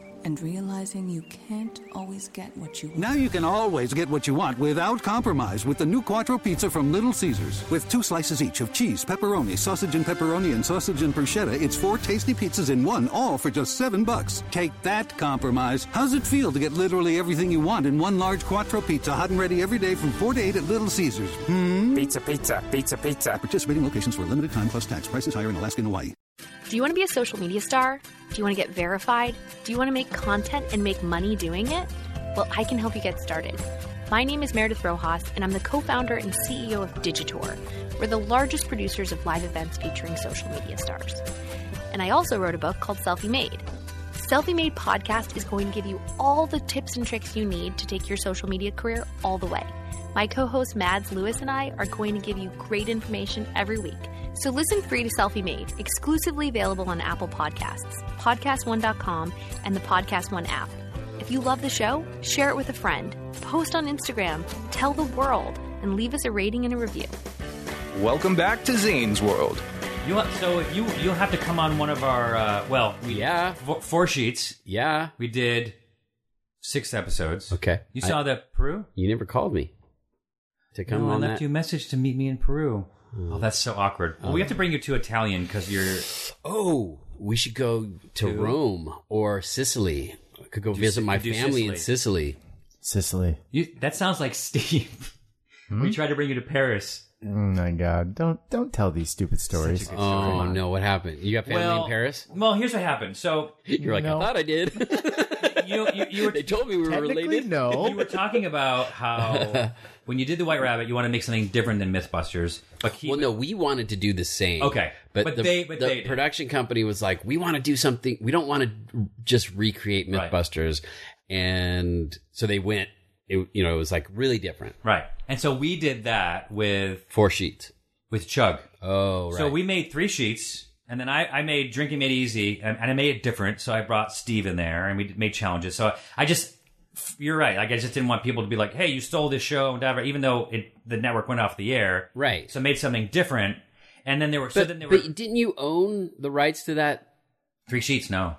and realizing you can't always get what you want. Now you can always get what you want without compromise with the new Quattro Pizza from Little Caesars. With two slices each of cheese, pepperoni, sausage and pepperoni, and sausage and bruschetta, it's four tasty pizzas in one, all for just seven bucks. Take that compromise. How's it feel to get literally everything you want in one large Quattro Pizza, hot and ready every day from 4 to 8 at Little Caesars? Hmm? Pizza, pizza, pizza, pizza. Participating locations for a limited time plus tax. Prices higher in Alaska and Hawaii. Do you want to be a social media star? Do you want to get verified? Do you want to make content and make money doing it? Well, I can help you get started. My name is Meredith Rojas, and I'm the co founder and CEO of Digitor. We're the largest producers of live events featuring social media stars. And I also wrote a book called Selfie Made. Selfie Made podcast is going to give you all the tips and tricks you need to take your social media career all the way. My co host Mads Lewis and I are going to give you great information every week. So listen free to Selfie Made, exclusively available on Apple Podcasts, podcast1.com, and the Podcast One app. If you love the show, share it with a friend, post on Instagram, tell the world, and leave us a rating and a review. Welcome back to Zane's World. You want- so if you you'll have to come on one of our uh, well we Yeah. four, four sheets yeah. We did six episodes. Okay. You I- saw the Peru? You never called me to come no, on I that. Hmm. left you a message to meet me in Peru. Oh, that's so awkward. Well, we have to bring you to Italian because you're. Oh, we should go to, Rome or Sicily. I could go Do visit Sic- my do family in Sicily. Sicily. You, that sounds like Steve. Hmm? We tried to bring you to Paris. Oh my god! Don't don't tell these stupid stories. Oh no, what happened? You got family in Paris? Well, here's what happened. So You're like, No. I thought I did. you you, you were they told me we were Technically, related. you were no. talking about how when you did the White Rabbit, you want to make something different than MythBusters, but keep Well, no, we wanted to do the same. Okay. but, But the, they- but the they did. production company was like, we want to do something. We don't want to just recreate Right. MythBusters, and so they went. It, you know, it was like really different. right. And so we did that with Four sheets. with Chug. Oh, right. So we made three sheets, and then I, I made Drinking Made Easy, and, and I made it different. So I brought Steve in there, and we made challenges. So I just, you're right. Like I just didn't want people to be like, "Hey, you stole this show," and whatever, even though it the network went off the air, Right. So I made something different, and then there were so but, then there were but didn't you own the rights to that? three sheets. No.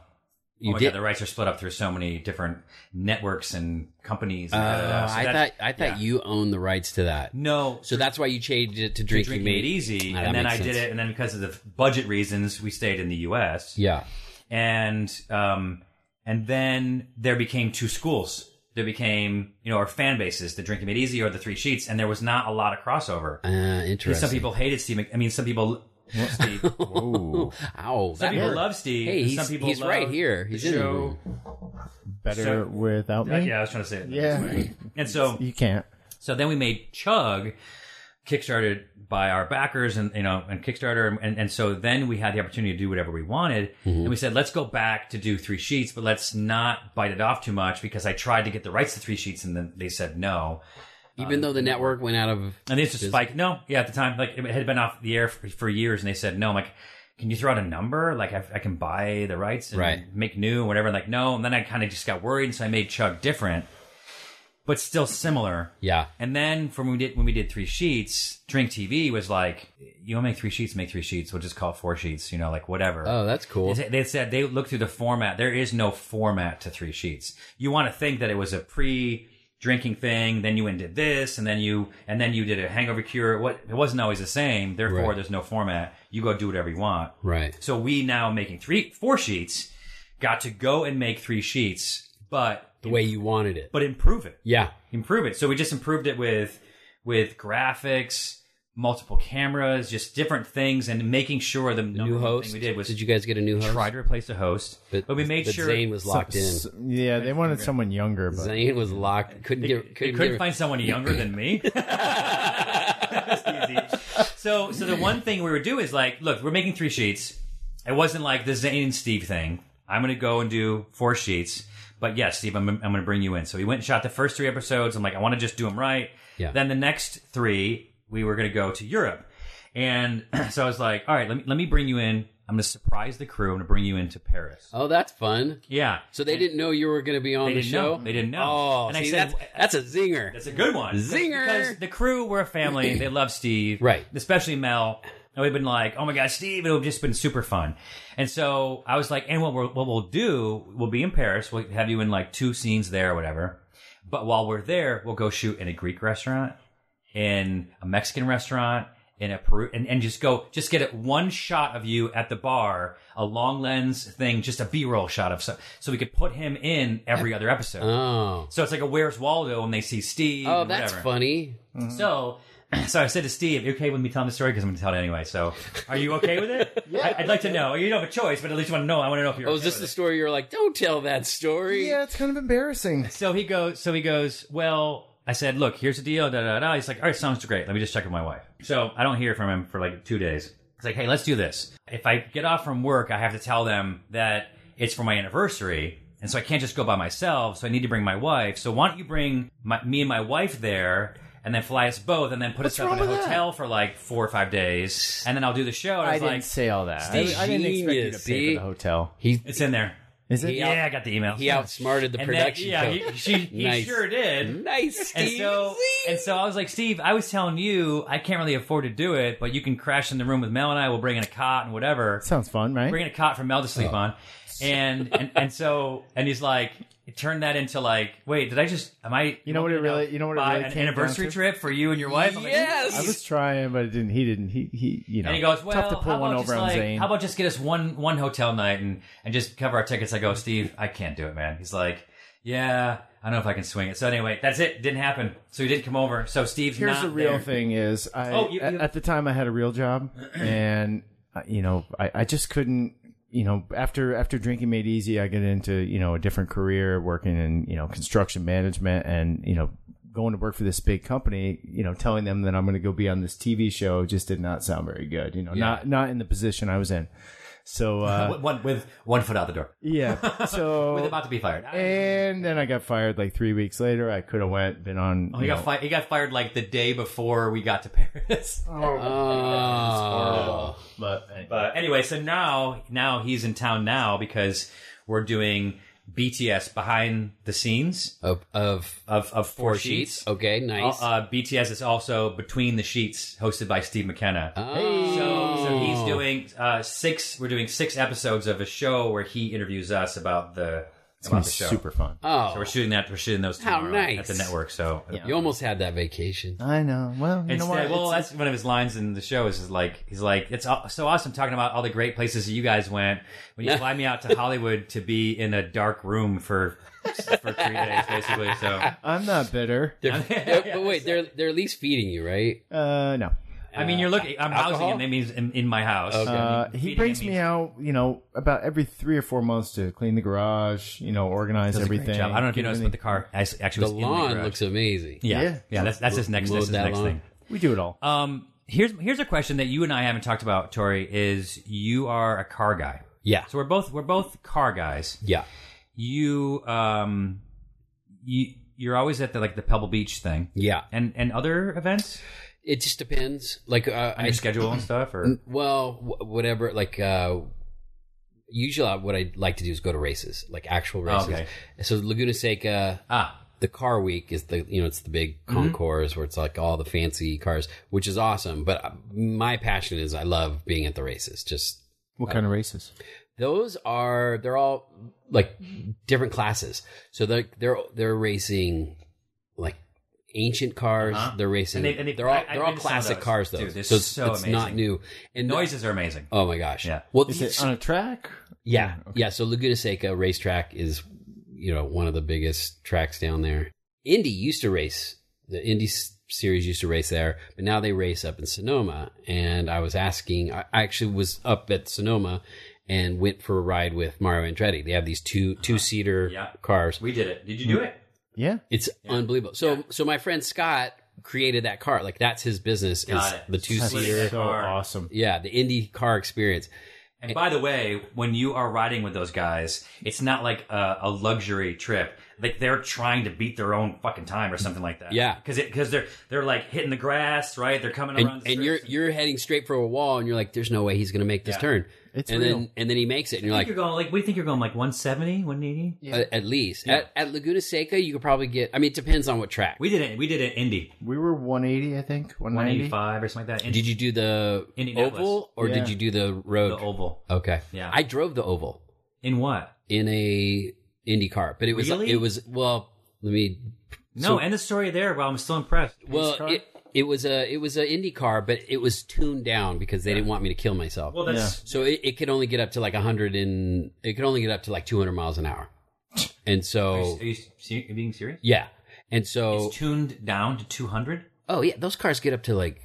You oh my did. God, the rights are split up through so many different networks and companies. Oh, And da, da, da. So I that- thought I thought you owned the rights to that. Uh, no. So that's why you changed it to drinking, Drinking Made Easy, Ah, that and then I makes did sense. it, and then because of the budget reasons, we stayed in the U.S. Yeah. and um, and then there became two schools. There became you know our fan bases, the Drinking Made Easy or the Three Sheets, and there was not a lot of crossover. Uh, And interesting. some people hated Steve. Mc- I mean, some people. Steve. Some Ooh, Ow. that people hurt. love Steve. Hey, and he's, some people he's love right here. He's the in the show. room. better So- without Uh, me. yeah, I was trying to say it. Yeah. And so, you can't. so then we made Chug, kickstarted by our backers and you know and Kickstarter and, and so then we had the opportunity to do whatever we wanted Mhm. and we said let's go back to do three sheets but let's not bite it off too much because I tried to get the rights to three sheets and then they said no Even though the network went out of and they just business? spike no yeah at the time like it had been off the air for, for years and they said no I'm like can you throw out a number like I, I can buy the rights and Right. make new and whatever like no and then I kind of just got worried and so I made Chug different but still similar Yeah. and then from when we did when we did three sheets, Drink TV was like, "You want to make three sheets? Make three sheets. We'll just call it four sheets. You know, like whatever." Oh, that's cool. They, they said they looked through the format. There is no format to three sheets. You want to think that it was a pre drinking thing, then you went and did this, and then you and then you did a hangover cure. What it wasn't always the same. Therefore, Right. there's no format. You go do whatever you want. Right. So we now making three four sheets. Got to go and make three sheets, but The way you wanted it. but improve it Yeah. improve it. So we just improved it with with graphics, multiple cameras, just different things, and making sure the New host. thing we did was Did you guys get a new host? try to replace the host, but, we made but sure Zane was locked in. S- yeah, they wanted someone younger, but Zane was locked. Couldn't get. they Couldn't, couldn't get- find someone younger than me. That's easy. So so the one thing we were doing is like, look, we're making three sheets. It wasn't like the Zane and Steve thing. I'm going to go and do four sheets. But yes, Steve, I'm, I'm going to bring you in. So we went and shot the first three episodes. I'm like, I want to just do them right. Yeah. Then the next three, we were going to go to Europe. And so I was like, all right, let me, let me bring you in. I'm going to surprise the crew. I'm going to bring you into Paris. Oh, that's fun. Yeah. So they didn't know you were going to be on They the didn't show. know. They didn't know. Oh, And and I see, said- that's, that's a zinger. That's a good one. Zinger. Because the crew were a family. They love Steve. Right. Especially Mel. And we've been like, oh my God, Steve. It'll just been super fun. And so I was like, and what, we're, what we'll do, we'll be in Paris. We'll have you in like two scenes there or whatever. But while we're there, we'll go shoot in a Greek restaurant, in a Mexican restaurant, in a Peru, and, and just go, just get it one shot of you at the bar, a long lens thing, just a B roll shot of so, so we could put him in every other episode. oh. So it's like a Where's Waldo when they see Steve. Oh, and that's whatever. funny. So, so I said to Steve, "You okay with me telling the story? Because I'm going to tell it anyway. So, are you okay with it? yeah, I, would like to know. You don't have a choice, but at least you want to know. I want to know if you're. Oh, okay is this the with story you're like, don't tell that story? yeah, it's kind of embarrassing. it. So he goes. So he goes. Well, I said, look, here's the deal. Da da da. He's like, all right, sounds great. Let me just check with my wife. So I don't hear from him for like two days. He's like, hey, let's do this. If I get off from work, I have to tell them that it's for my anniversary. And so I can't just go by myself. So I need to bring my wife. So why don't you bring my, me and my wife there and then fly us both and then put us up in a hotel for like four or five days. And then I'll do the show. And I was didn't like, say all that. I, Steve I didn't expect you to pay Genius, see? for the hotel. He it's in there. Is it? He Yeah, out- I got the email. he outsmarted the And then- production. yeah, code. he, she, he Nice. Hmm? sure did. Nice, Steve. And so, and so I was like, Steve, I was telling you, I can't really afford to do it, but you can crash in the room with Mel and I. We'll bring in a cot and whatever. Sounds fun, right? Bring in a cot for Mel to Oh. sleep on. And, and and so and he's like, turn that into like, wait, did I just am I? You know what it really- you know what it buy really an came down anniversary to? trip for you and your wife? I'm like, Yes. I was trying, but it didn't. He didn't. He he. You know. And he goes, well, tough to pull how, one about over just on like, Zane. how about just get us one one hotel night and and just cover our tickets? I go, Steve, I can't do it, man. He's like, yeah, I don't know if I can swing it. So anyway, that's it. Didn't happen. So he didn't come over. So Steve's Here's not the real there. thing: is I Oh, you- at, you- at the time I had a real job, and uh, you know I, I just couldn't. You know, after after drinking made easy, I get into you know a different career, working in you know construction management, and you know going to work for this big company. You know, telling them that I'm going to go be on this TV show just did not sound very good. You know, not not in the position I was in. So uh, With one with one foot out the door, yeah, with so about to be fired. and then I got fired like three weeks later. I could have went been on. Oh, he you got know, fi- he got fired like the day before we got to Paris. Oh. uh, but anyway. But anyway, so now now he's in town now because we're doing BTS behind the scenes Of, of of of four, four sheets. Oh, sheets. Okay, nice. Uh, BTS is also Between the Sheets, hosted by Steve McKenna. Oh. So, so he's doing uh, six. We're doing six episodes of a show where he interviews us about the about the show. super fun. Oh. So we're shooting that. We're shooting those How tomorrow nice. at the network. So you almost had that vacation. I know. Well, you know Instead- what? well, It's- that's one of his lines in the show. Is, is like he's like it's aw- so awesome talking about all the great places that you guys went. When you fly me out to Hollywood to be in a dark room for for three days, basically. So I'm not bitter. They're, they're- but wait, they're they're at least feeding you, right? Uh, no. I mean, you're looking. I'm housing alcohol? him. That means in, in my house. Uh, he Feeding brings him me means- out, you know, about every three or four months to clean the garage, you know, organize Does a great everything. job. I don't know if you get noticed, everything- but the car actually was The in the lawn garage. looks amazing. Yeah, Yeah. yeah. that's that's his next. Mowed This is that next lawn. thing. We do it all. Um, here's here's a question that you and I haven't talked about, Tori. Is you are a car guy? Yeah. So we're both we're both car guys. Yeah. You um, you you're always at the like the Pebble Beach thing. Yeah. And and other events It just depends. Like uh, on your schedule and stuff, or N- well, wh- whatever. Like uh, usually, I- what I like to do is go to races, like actual races. Okay. So Laguna Seca, ah, the car week is the you know it's the big Mm-hmm. concourse where it's like all the fancy cars, which is awesome. But uh, my passion is I love being at the races. Just What kind of races? those are they're all like different classes. So they're they're they're racing like ancient cars. Uh-huh. They're And racing. they- and they- are all I- I've they're all been to some of classic those. cars though. Dude, they're so it's, so it's not amazing. new. And noises are amazing. Oh my gosh! Yeah. Well, Is it on a track? yeah, yeah. So Laguna Seca racetrack is, you know, one of the biggest tracks down there. Indy used to race. The Indy s- series used to race there, but now they race up in Sonoma. And I was asking. I I actually was up at Sonoma and went for a ride with Mario Andretti. They have these two two seater Uh-huh. Yeah. cars. we did it. Did you do mm. it? Yeah. It's unbelievable. So so my friend Scott created that car. Like that's his business. is Got it. The two That's seater. sick. So Car. awesome. Yeah, the Indy car experience. And by the way, when you are riding with those guys, it's not like a, a luxury trip. Like they're trying to beat their own fucking time or something like that. Yeah. because because they're they're like hitting the grass, right? They're coming and, around. the and strips you're you're heading straight for a wall, and you're like, "There's no way he's going to make this Yeah. turn." It's and real. then and then he makes it, and you're I like, think you're going like. What do you think you're going? Like 170, 180? "A- "At least at, at Laguna Seca, you could probably get. I mean, it depends on what track. We did it. We did it. Indy We were 180, I think. 190. 185 or something like that. Indy, did you do the Indianapolis. oval or Yeah. did you do the the road? oval Okay, Yeah. I drove the oval in what? in a Indy car, but it was Really? it was well. Let me. No, end the story there. Well, I'm still impressed. Well, it, it was a it was an Indy car, but it was tuned down because they didn't want me to kill myself. Well, that's So it, it could only get up to like 100 and it could only get up to like 200 miles an hour. And so, Are you, se- being serious? yeah. And so, It's tuned down to 200. oh yeah, those cars get up to like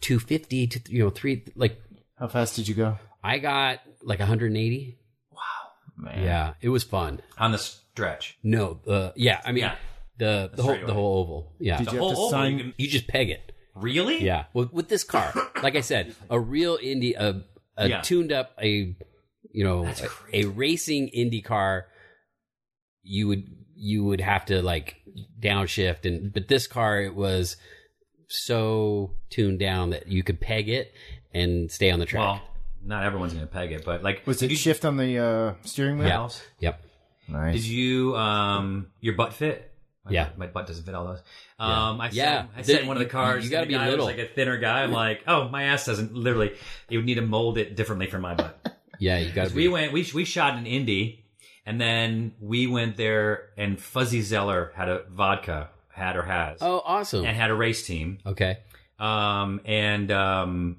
250 to, you know, three, like How fast did you go? I got like 180. Wow. Man. Yeah. It was fun. on the stretch. No. Uh, yeah. I mean, Yeah. the, the whole, the whole oval. Yeah. Did The you whole have to oval, sign? you can- you just peg it. really? Yeah. With, with this car, like I said, a real Indy, a, a Yeah. tuned up, a, you know, a, a racing Indy car, you would, you would have to like downshift. And, but this car, it was so tuned down that you could peg it and stay on the track. Well, not everyone's going to peg it, but like, Was did it you shift on the uh, steering wheel? yeah. Yep. Nice. Did you um your butt fit? My Yeah. butt- my butt doesn't fit all those. Um, I Yeah. sat, I sat in The- one of the you- cars. you and gotta the be guy was little. like a thinner guy. I'm like, oh, my ass doesn't literally. You would need to mold it differently for my butt. Yeah. You got to we went, we we shot in Indy, and then we went there, and Fuzzy Zeller had a vodka, had or has, Oh, awesome. and had a race team. Okay. Um, and um,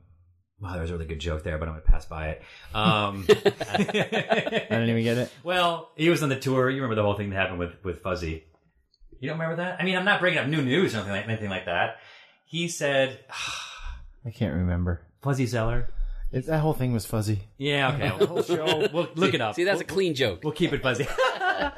wow, there was a really good joke there, but I'm gonna pass by it. Um, I didn't even get it. well, he was on the tour. You remember the whole thing that happened with with Fuzzy. You don't remember that? I mean, I'm not bringing up new news or anything like, anything like that. He said, I can't remember. "Fuzzy Zeller." It, that whole thing was fuzzy. Yeah, okay. We'll, we'll look it up. See, that's a We'll- clean joke. We'll keep it fuzzy.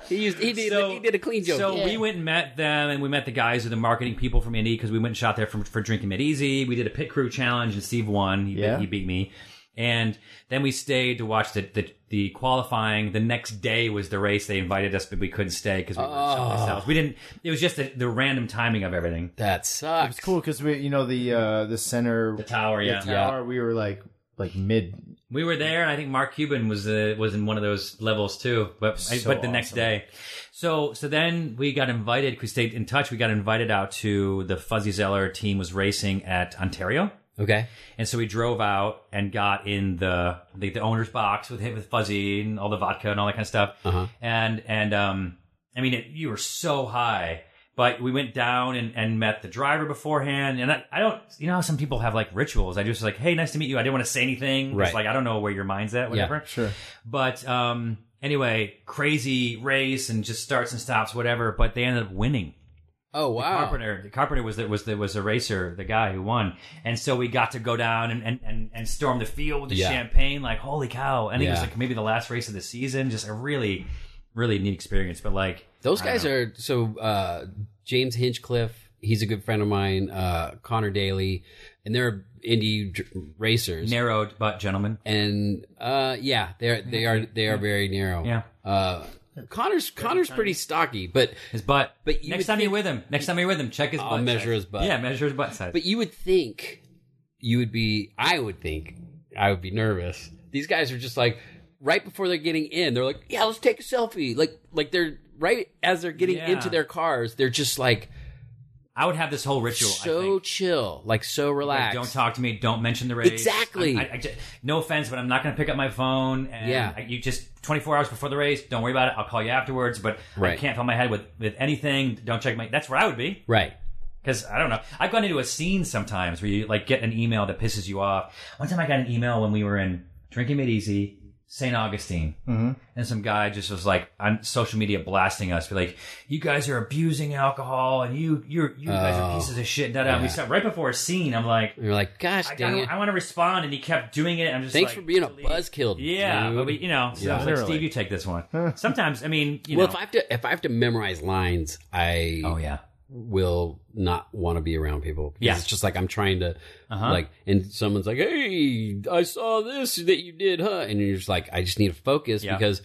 He used, he did, So- he did a clean joke. So we went and met them, and we met the guys who are the marketing people from Indy because we went and shot there for, for drinking it easy. We did a pit crew challenge, and Steve won. He, Yeah. beat, he beat me, and then we stayed to watch the, the the qualifying. The next day was the race. They invited us, but we couldn't stay because we were Oh. shot ourselves. We didn't. It was just the, the random timing of everything. that It sucks. was cool because we, you know, the uh, the center The tower, yeah. the tower. We were like like mid. We were there, and I think Mark Cuban was uh, was in one of those levels too. But I- So but the next awesome. day, so so then we got invited. We stayed in touch. We got invited out to the Fuzzy Zeller team was racing at Ontario, Okay. and so we drove out and got in the the, the owner's box with him with Fuzzy and all the vodka and all that kind of stuff. Uh-huh. And and um, I mean, it, you were so high. But we went down and, and met the driver beforehand, and I, I don't, you know, how some people have like rituals. I just like, hey, nice to meet you. I didn't want to say anything, 'cause, Right. Like, I don't know where your mind's at, whatever. Sure. But um, anyway, crazy race and just starts and stops, whatever. But they ended up winning. Oh, wow. Carpenter, the Carpenter was the, was the was the racer, the guy who won, and so we got to go down and and, and, and storm the field with the Yeah. champagne, like holy cow! And it was Yeah. like maybe the last race of the season, just a really really neat experience. But like Those guys are so uh, James Hinchcliffe he's a good friend of mine, uh, Connor Daly, and they're indie dr- racers. Narrowed but gentlemen. And uh, yeah, they're they are they are very narrow. Yeah. Uh, Connor's Connor's pretty stocky, but His butt. But you next would time you're think- with him, next time you're with him, check his I'll butt. measure size. his butt. Yeah, measure his butt size. But you would think you would be. I would think I would be nervous. These guys are just like right before they're getting in. They're like, "Yeah, let's take a selfie." Like, like they're right as they're getting Yeah. into their cars. They're just like I would have this whole ritual. I so think. chill, like so relaxed. Like, don't talk to me. Don't mention the race. Exactly. I, I, I ju- no offense, but I'm not going to pick up my phone. And Yeah. I, you just 24 hours before the race. Don't worry about it. I'll call you afterwards. But I Right. can't fill my head with with anything. Don't check my. That's where I would be. Right. Because I don't know. I've gone into a scene sometimes where you like get an email that pisses you off. One time I got an email when we were in Drinking It Easy, St. Augustine. And some guy just was like on social media blasting us, be like, "You guys are abusing alcohol, and you you're you guys are Oh, pieces of shit." Da da. We yeah. stopped right before a scene. I'm like, And you're like, "Gosh I, dang it! want to respond, and he kept doing it. I'm just Thanks like, for being a "Please." buzzkill." Yeah, dude." but we- you know, so I was like, Steve, you take this one. Sometimes, I mean, you well, know, if I have to, if I have to memorize lines, I oh yeah, will not want to be around people. Because Yeah. It's just like I'm trying to Uh-huh. like and someone's like, Hey, I saw this that you did, huh? And you're just like, I just need to focus Yeah. because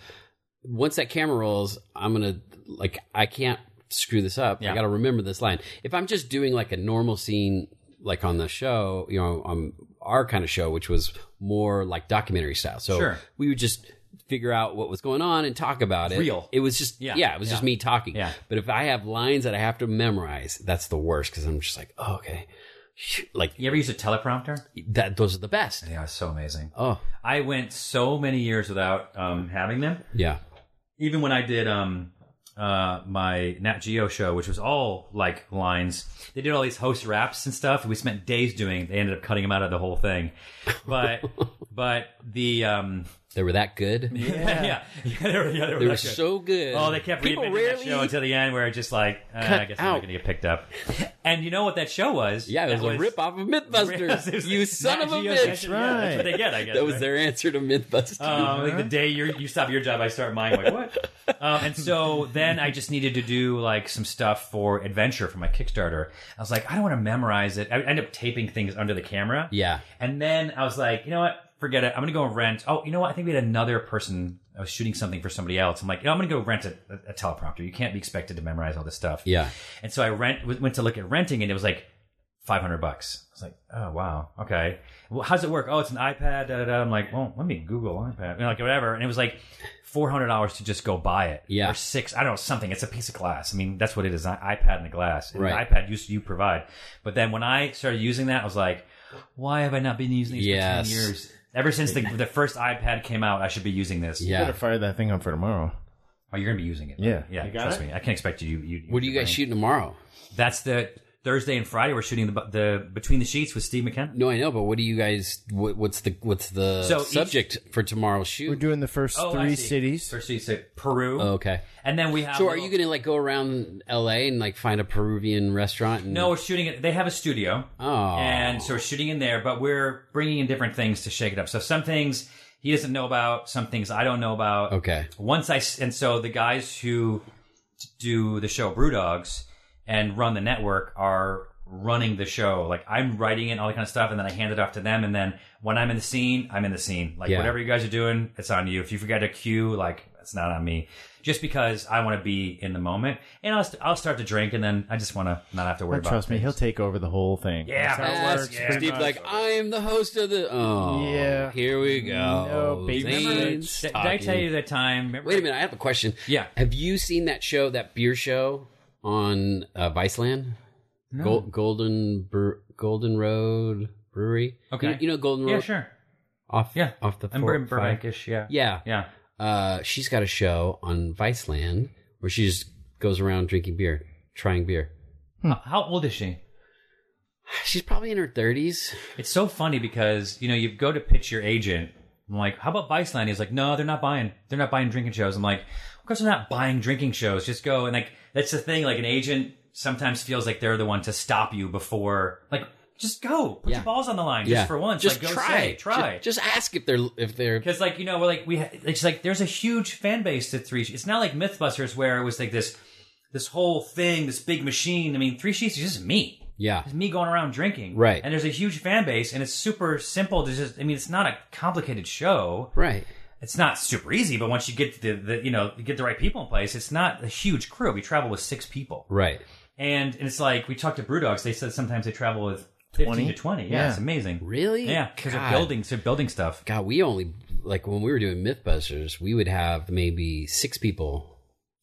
once that camera rolls, I'm gonna like I can't screw this up. Yeah. I gotta remember this line. If I'm just doing like a normal scene like on the show, you know, on our kind of show, which was more like documentary style. So Sure. we would just figure out what was going on and talk about it. Real. It was just Yeah. yeah, it was Yeah. just me talking. Yeah. But if I have lines that I have to memorize, that's the worst because I'm just like, oh, okay, like you ever use a teleprompter? that. Those are the best. Yeah, it's so amazing. Oh I went so many years without um, having them. yeah, Even when I did um, uh, my Nat Geo show, which was all like lines, they did all these host raps and stuff. We spent days doing. They ended up cutting them out of the whole thing, but but the um, they were that good. yeah yeah, they were, yeah, They were like a- so good. Oh, they kept People reinventing rarely. that show until the end, where it just like uh, I cut guess I'm not out. going to get picked up. And you know what that show was? yeah, it was, That a rip off of MythBusters. It was you like son Nat of a Geo bitch. session. Yeah, that's what they get, I guess. That was right? their answer to MythBusters. Um, like the day you you stop your job, I start mine. Like what? um, and so then I just needed to do like some stuff for adventure for my Kickstarter. I was like, I don't want to memorize it. I end up taping things under the camera. yeah, And then I was like, you know what? Forget it. I'm gonna go rent. Oh, you know what? I think we had another person. I was shooting something for somebody else. I'm like, you know, I'm gonna go rent a, a teleprompter. You can't be expected to memorize all this stuff. yeah. And so I rent w- went to look at renting, and it was like five hundred bucks. I was like, oh wow, okay. Well, how's it work? Oh, it's an iPad. Da, da, da. I'm like, well, let me Google iPad, you know, like whatever. And it was like four hundred dollars to just go buy it. Yeah. or six. I don't know something. It's a piece of glass. I mean, that's what it is. An iPad and a glass. And Right. The iPad used you provide. But then when I started using that, I was like, why have I not been using these Yes. for ten years? Ever since the, the first iPad came out, I should be using this. Yeah. Better fire that thing up for tomorrow. Oh, you're gonna be using it. Yeah. Yeah. You got Trust it? me. I can't expect you. you, you What are you guys brain. shooting tomorrow? That's the Thursday and Friday. We're shooting the bu- the between the sheets with Steve McKenna. No, I know, but what do you guys? What, what's the what's the So each- subject for tomorrow's shoot? We're doing the first Oh, three I see. cities. First sheets at Peru. Oh, okay. And then we have. So are little- you going to like go around L.A. and like find a Peruvian restaurant? And, No, we're shooting it. They have a studio, Oh. and so we're shooting in there. But we're bringing in different things to shake it up. So some things he doesn't know about, some things I don't know about. Okay. Once I s- and so the guys who do the show Brew Dogs and run the network are running the show. Like I'm writing it, and all that kind of stuff, and then I hand it off to them. And then when I'm in the scene, I'm in the scene. Like Yeah. whatever you guys are doing, it's on you. If you forget to cue, like it's not on me. Just because I want to be in the moment, and I'll, st- I'll start to drink, and then I just want to not have to worry But about. trust me, he'll take over the whole thing. Yeah, That's how it Ask works, yeah. pretty Steve, much. like I am the host of the. Oh, Yeah. Here we go. No, baby. Zane's Remember- Did, did I tell talking. you that time? remember- Wait a minute. I have a question. Yeah. Have you seen that show, that beer show on uh, Viceland? No. Golden Bre- Golden Road Brewery. Okay. You, you know Golden Road. Yeah, sure. Off. Yeah. Off the. I'm four- Bur- Burbankish. Yeah. five- Yeah. Yeah. Uh, she's got a show on Viceland where she just goes around drinking beer, trying beer. Hmm. How- How old is she? She's probably in her thirties. It's so funny because you know you go to pitch your agent. I'm like, how about Viceland? He's like, no, they're not buying. They're not buying drinking shows. I'm like, of course they're not buying drinking shows. Just go and like that's the thing. Like an agent sometimes feels like they're the one to stop you before like just go put Yeah. your balls on the line yeah. just for once. Just like, go try. say, try. Ju- Just, ask if they're if they're. Because like you know, we're like we, ha- it's like there's a huge fan base to three. It's not like MythBusters where it was like this this whole thing, this big machine. I mean, Three Sheets is just me. Yeah. It's me going around drinking. Right. And there's a huge fan base, and it's super simple to just. I mean, it's not a complicated show. Right. It's not super easy, but once you get the, the you know you get the right people in place, it's not a huge crew. We travel with six people. Right. And, and it's like we talked to Brewdogs. They said sometimes they travel with fifteen 20? to twenty. Yeah, Yeah. it's amazing. Really? Yeah, because they're God. building, they're building stuff. God, we only like when we were doing MythBusters, we would have maybe six people,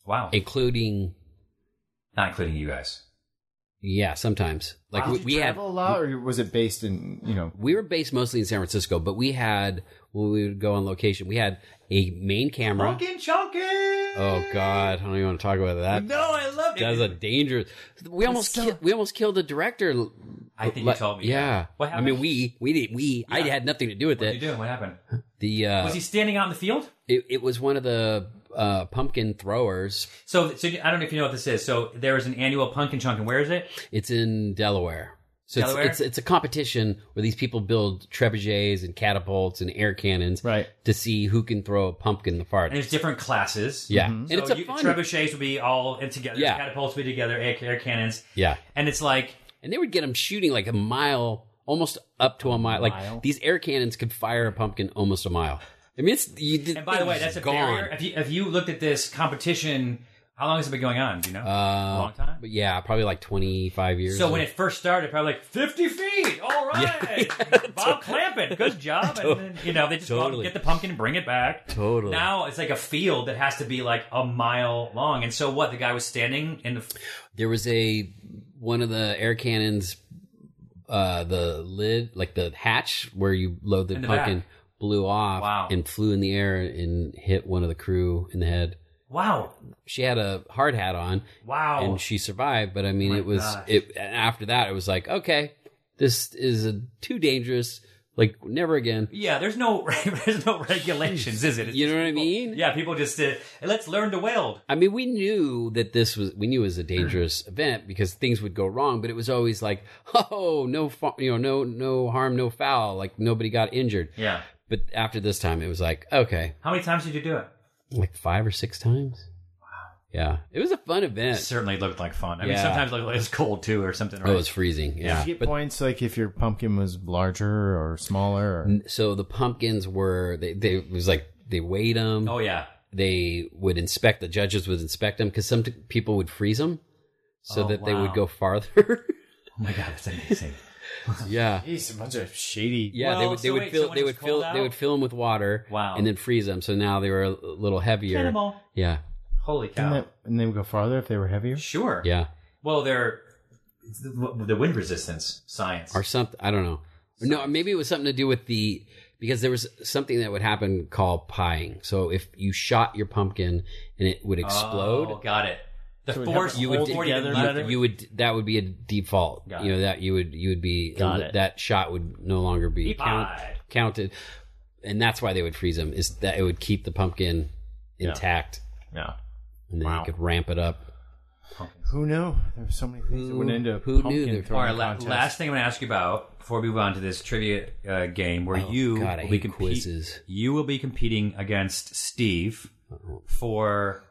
Wow, including not including you guys. yeah, sometimes like Wow, we, did we you had travel a lot, or was it based in you know? we were based mostly in San Francisco, but we had when we would go on location, we had a main camera. chunkin'. Oh God, I don't even want to talk about that. No, I love it. That's a dangerous. We almost ki- we almost killed the director. I think you Like- told me. Yeah. What I happened? mean, we we did we I had nothing to do with What it. did you do? What happened? The uh, was he standing out in the field? it, it was one of the uh, pumpkin throwers. So, so I don't know if you know what this is. So there is an annual pumpkin chunkin. Where is it? It's in Delaware. So it's, Delaware? it's it's a competition where these people build trebuchets and catapults and air cannons, Right. to see who can throw a pumpkin the And farthest. there's different classes. Yeah, and So it's a you, fun. trebuchets would be all in together. Yeah. Catapults would be together. Air, air cannons. yeah, And it's like and they would get them shooting like a mile, almost up to a mile? mile. Like these air cannons could fire a pumpkin almost a mile. I mean, it's you, And by the way, that's a gone. barrier. If you, if you looked at this competition, how long has it been going on? Do you know? Uh, a long time. But yeah, probably like twenty five years. So when ago. it first started, probably like fifty feet. All right, Bob Clampett, good job. And then, you know, they just go out and Totally. get the pumpkin and bring it back. Totally. Now it's like a field that has to be like a mile long. And so what? The guy was standing in the there was a one of the air cannons, uh, the lid like the hatch where you load the In the pumpkin back. blew off Wow. and flew in the air and hit one of the crew in the head. wow, She had a hard hat on wow. and she survived, but I mean My it was gosh. it and after that it was like, okay, this is a, too dangerous. Like never again. yeah, there's no there's no regulations, is it? It's You just know what I people- mean? Yeah, people just uh, let's learn to weld. I mean, we knew that this was we knew it was a dangerous event because things would go wrong, but it was always like, oh, no, fa- you know, no, no harm, no foul, like nobody got injured. Yeah. But after this time, it was like, okay, How many times did you do it? like five or six times. Wow. Yeah, it was a fun It event. certainly looked like fun. I mean, Yeah. sometimes like it's cold too or something. Oh, Right? it was freezing. Did Yeah, you get but points like if your pumpkin was larger or smaller? Or, so the pumpkins were they, they it was like they weighed them. oh yeah. they would inspect the judges would inspect them because some t- people would freeze them so Oh, that they wow. would go farther. Oh my god, that's amazing. yeah. Jeez, a bunch of shady. Yeah, they Well, would so they would wait, so fill when they it would was cold fill they out- would fill them with water. Wow. And then freeze them, so now they were a little heavier. Cannibal. Yeah, Holy And, cow. that, and they would go farther if they were heavier. Sure. yeah, Well, they're it's the, the wind resistance science. or something. I don't know. No, maybe it was something to do with the because there was something that would happen called pieing. So if you shot your pumpkin and it would explode, Oh, got it. The So it force helps you you would would forty together to better? left. you would that would be a default. Got you know it. that you would you would be Got it. that shot would no longer be He count, pied. counted, and that's why they would freeze them. Is that it would keep the pumpkin intact, No. and then you could ramp it up. Who knew? There were so many things that went Who- into who knew pumpkin there- All throwing right, la- contests. last thing I'm going to ask you about before we move on to this trivia uh, game, where Oh, you God, I will be hate compe- quizzes. You will be competing against Steve for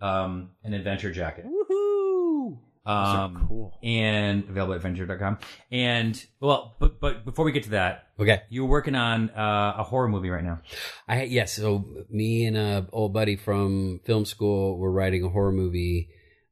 um, an adventure jacket. Woohoo! Um, cool. And available at adventure.com. And well, but but before we get to that, Okay. you're working on uh, a horror movie right now. I yes. So me and a old buddy from film school were writing a horror movie.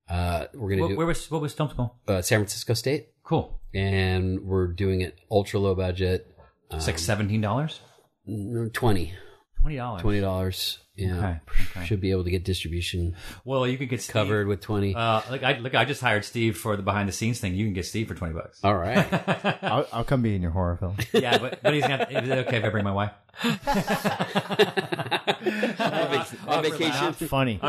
Uh, we're gonna Wh- where do was what was film school? uh, San Francisco State, Cool. and we're doing it ultra low budget. It's Um, like seventeen dollars, mm, Twenty. twenty dollars, Twenty dollars. Yeah. Should be able to get distribution Well, you could get Steve. covered with twenty. Uh, look, I look, I just hired Steve for the behind the scenes thing. You can get Steve for twenty bucks. All right. I'll, I'll come be in your horror film. yeah, but, but he's not. Is it okay if I bring my wife? On vacation. Funny.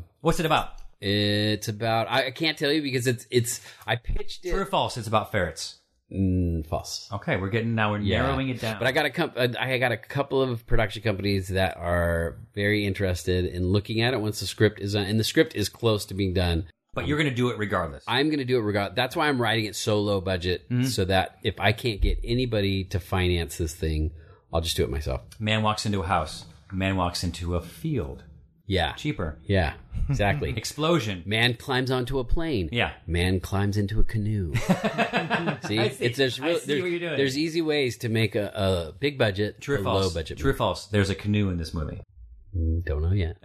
Um, What's it about? it's about. I, I can't tell you because it's it's. I pitched True or it. false? It's about ferrets. Mm, false. Okay, we're getting now we're narrowing it down. But I got a comp- I got a couple of production companies that are very interested in looking at it once the script is done, and the script is close to being done. But you're going to do it regardless. I'm going to do it regard. That's why I'm writing it so low budget, Mm-hmm. so that if I can't get anybody to finance this thing, I'll just do it myself. Man walks into a house. Man walks into a field. Yeah. Cheaper. Yeah. Exactly. Explosion. Man climbs onto a plane. Yeah. Man climbs into a canoe. see? I see. It's there's I real, see there's, what you're doing. there's easy ways to make a, a big budget, True a or false? low budget. True or false? There's a canoe in this movie. Mm, Don't know yet.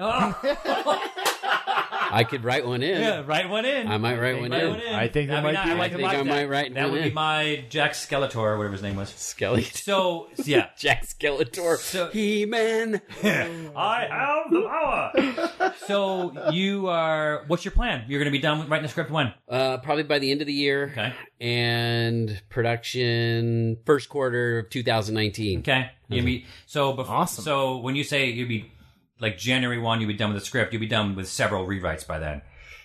I could write one in. Ah! Yeah, write one in. I might write one in. I think that I mean, might I, be- I, like I the think vibe I of might that. write That one would in. be my Jack Skeletor, or whatever his name was. Skelly. So yeah, Jack Skeletor. So- he man. I have the power. so you are. What's your plan? You're going to be done with writing the script when? Uh, probably by the end of the year. Okay. And production first quarter of 2019. Okay. You be so before, Awesome. So when you say you'd be like January one, you'd be done with the script. You'll be done with several rewrites by then,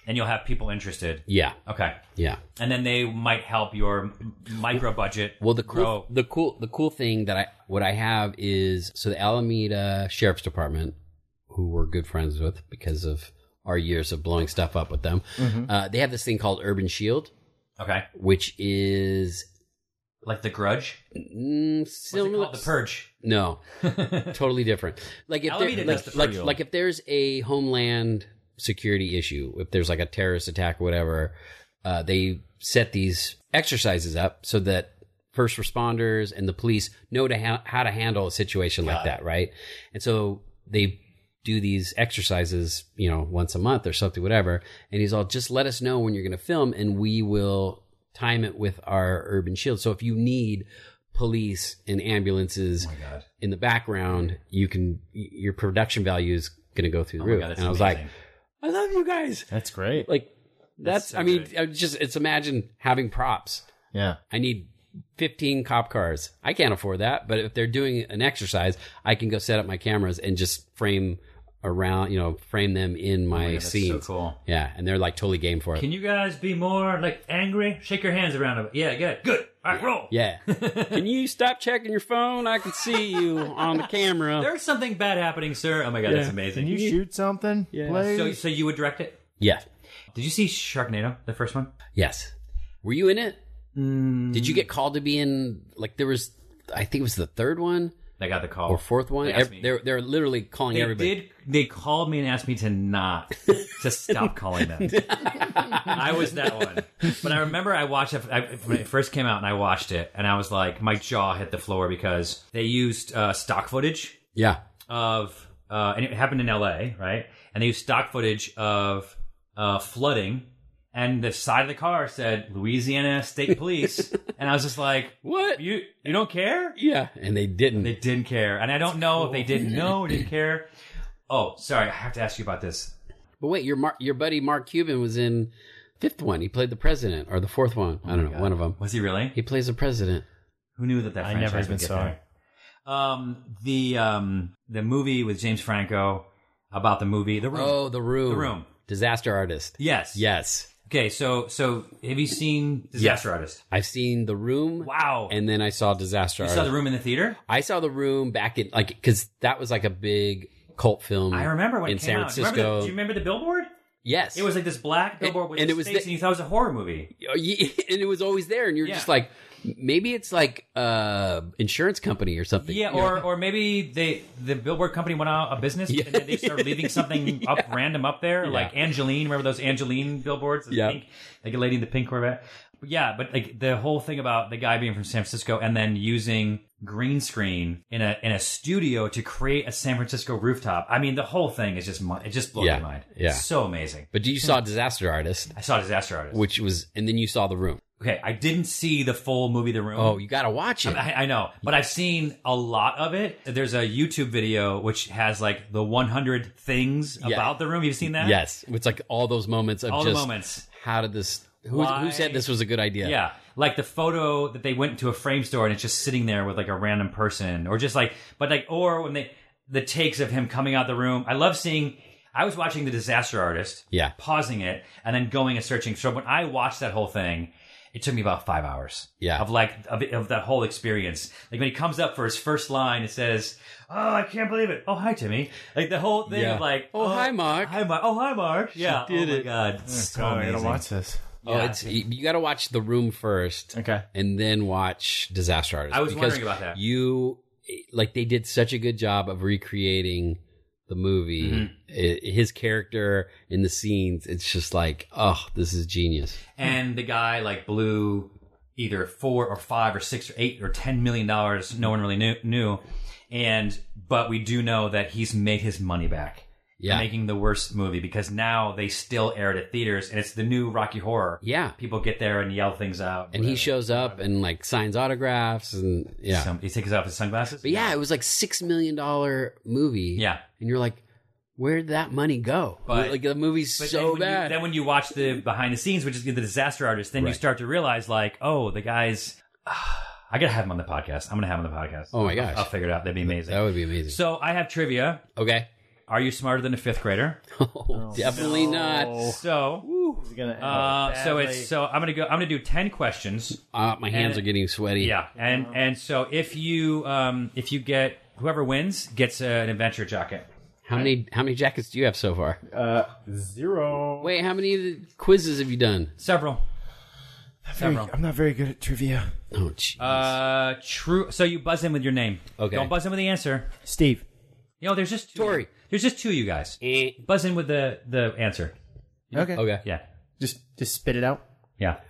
and you'll have people interested. Yeah. Okay. Yeah. And then they might help your micro budget. Well, the cool, grow. the cool, the cool thing that I what I have is so the Alameda Sheriff's Department, who we're good friends with because of our years of blowing stuff up with them. Mm-hmm. Uh, they have this thing called Urban Shield, Okay. which is Like the Grudge. mm, What's it similar. called? The Purge. No, totally different. Like if Alameda there, like, does the like, Purge. like if there's a homeland security issue, if there's like a terrorist attack or whatever, uh, they set these exercises up so that first responders and the police know to ha- how to handle a situation like that, right? And so they do these exercises, you know, once a month or something, whatever. And he's all, just let us know when you're going to film, and we will time it with our urban shield. So if you need police and Oh ambulances in the background, you can y- your production value is going to go through the Oh my roof. God, that's and I was amazing. like, I love you guys. That's great. Like that's, so I mean, good. I just it's imagine having props. Yeah. I need 15 cop cars. I can't afford that, but if they're doing an exercise, I can go set up my cameras and just frame around, you know, frame them in my, Oh God, that's so scenes. cool. Yeah, and they're like totally game for it. Can you guys be more like angry? Shake your hands around. A bit. Yeah, good, good. All right, roll. yeah. can you stop checking your phone? I can see you on the camera. There's something bad happening, sir. Oh my god, that's amazing. Can you shoot something? Yeah. Please? so, so you would direct it? yeah. Did you see Sharknado, the first one? Yes. Were you in it? Mm. Did you get called to be in? Like there was, I think it was the third one I got the call. or fourth one. They asked Ev- me. They're they're literally calling They everybody. did. They called me and asked me to not to stop calling them. I was that one. But I remember I watched it I, when it first came out, and I watched it, and I was like, my jaw hit the floor because they used uh, stock footage Yeah. of, uh, and it happened in L.A., right? And they used stock footage of uh, flooding, and the side of the car said Louisiana State Police, and I was just like, What? You you don't care? Yeah. And they didn't. They didn't care. And I don't know if they didn't know or didn't care. Oh, sorry. I have to ask you about this. but wait, your Mar- your buddy Mark Cuban was in fifth one. He played the president or the fourth one. Oh I don't know. One of them. Was he really? He plays the president. Who knew that that I franchise never even would get saw there? Um, the, um, the movie with James Franco about the movie The Room. Oh, the room. The Room. Disaster artist. Yes. Yes. Okay, so so have you seen Disaster Artist? I've seen the room. Wow. And then I saw disaster you artist. saw The Room in the theater? I saw the room back in like because that was like a big cult film. I remember when Mm-hmm. in it came San out. Do you remember Francisco. the- do you remember the billboard? yes, It was like this black billboard with and, and it was face the- and you thought it was a horror movie. Yeah, and it was always there, and you're Yeah. just like, maybe it's like uh insurance company or something. Yeah, You know? or or maybe they the billboard company went out of business Yeah. and then they started leaving something up random up there, like Angeline. Remember those Angeline billboards? The Yeah. pink- like a lady in the pink Corvette. But yeah, but like the whole thing about the guy being from San Francisco and then using green screen in a in a studio to create a San Francisco rooftop. I mean, the whole thing is just mi- it just blows Yeah. my mind. Yeah. so amazing. but you saw Disaster Artist, I saw Disaster Artist. which was, and then you saw the room. okay, I didn't see the full movie The Room. Oh, you got to watch it. I, I know, but I've seen a lot of it. There's a YouTube video which has like the 100 things Yeah. about the room. You've seen that? Yes, it's like all those moments of All the just moments. How did this? Who, Why? who said this was a good idea? Yeah. Like the photo that they went to a frame store and it's just sitting there with like a random person or just like, but like, or when they, the takes of him coming out the room. I love seeing, I was watching The Disaster Artist, Yeah. pausing it and then going and searching. So when I watched that whole thing, it took me about five hours. Yeah. Of like of, of that whole experience. Like when he comes up for his first line, it says, "Oh, I can't believe it. Oh, hi, Timmy." Like the whole thing Yeah. of like, Oh, hi, Mark. Hi, Mark. Oh, hi, Mark." Yeah. did oh my it. god, it's so God, I amazing. gotta watch this. Oh, it's you, got to watch the room first. Okay. and then watch Disaster Artist. I was because wondering about that. You like they did such a good job of recreating the movie, Mm-hmm. i- his character in the scenes, it's just like, oh, this is genius. and the guy like blew either four or five or six or eight or ten million dollars. No one really knew, knew, and but we do know that he's made his money back. Yeah. making the worst movie because now they still air it at theaters, and it's the new Rocky Horror. Yeah. people get there and yell things out, And he shows up and like signs autographs and yeah. Some- he takes off his sunglasses. But yeah, it was like six million dollar movie. Yeah. and you're like, where'd that money go? But- like the movie's But then so when you- bad. then when you watch the behind the scenes, which is the disaster artist, then you Right. start to realize like, oh, the guys. I gotta have him on the podcast. I'm gonna have him on the podcast. Oh my I'll- gosh. I'll, figure it out. That'd be amazing. that would be amazing. So I have trivia. okay, Are you smarter than a fifth grader? Oh, definitely not. So, gonna uh, so it's so I'm gonna go. I'm gonna do ten questions. Uh, my hands are getting sweaty. Yeah, and Uh-huh. and so if you um if you get whoever wins gets uh, an adventure jacket. How many how many jackets do you have so far? Uh, zero. Wait, how many of the quizzes have you done? Several. Several. I'm not very good at trivia. Oh, jeez. Uh, true. So you buzz in with your name. Okay. Don't buzz in with the answer. Steve. You know, there's just two, Tori. There's just two of you guys. Eh. Buzz in with the the answer. Okay. okay. Yeah. Just just spit it out. Yeah.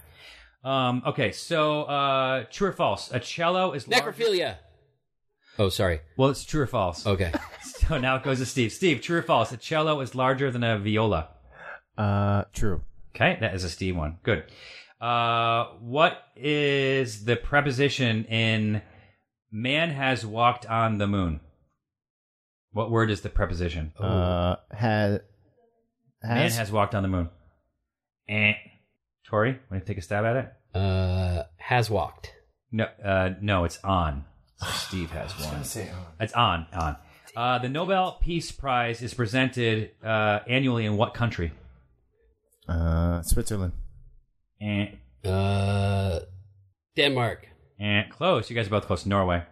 Um. Okay. So, uh, true or false? A cello is larger- Necrophilia. Oh, sorry. Well, it's true or false. Okay. So now it goes to Steve. Steve, true or false? A cello is larger than a viola. Uh, true. Okay, that is a Steve one. Good. Uh, what is the preposition in "man has walked on the moon"? What word is the preposition? Uh, has Oh. man has, has walked on the moon. Eh. Tori, want to take a stab at it? Uh, has walked. No, uh, no, it's on. So Steve has one. It's on, on. Uh, the Nobel Peace Prize is presented uh, annually in what country? uh Switzerland. Eh, Uh, Denmark. eh, close. You guys are both close. Norway.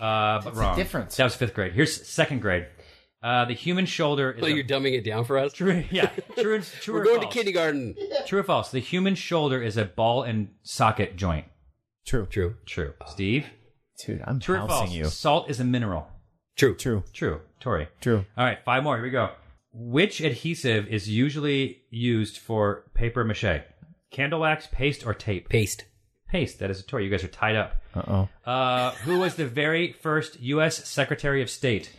Uh, but wrong. difference? That was fifth grade. Here's second grade. Uh, the human shoulder is Oh, a- you're dumbing it down for us. true. Yeah, true. True We're or going false? to kindergarten. True or false? The human shoulder is a ball and socket joint. True. True. True. Steve. Dude, I'm True or false? pouncing you. Salt is a mineral. True. True. True. Tori. True. All right, five more. Here we go. Which adhesive is usually used for paper mache? Candle wax, paste, or tape? Paste. Paste. That is a Tori. You guys are tied up. Uh oh. Uh, who was the very first U.S. Secretary of State?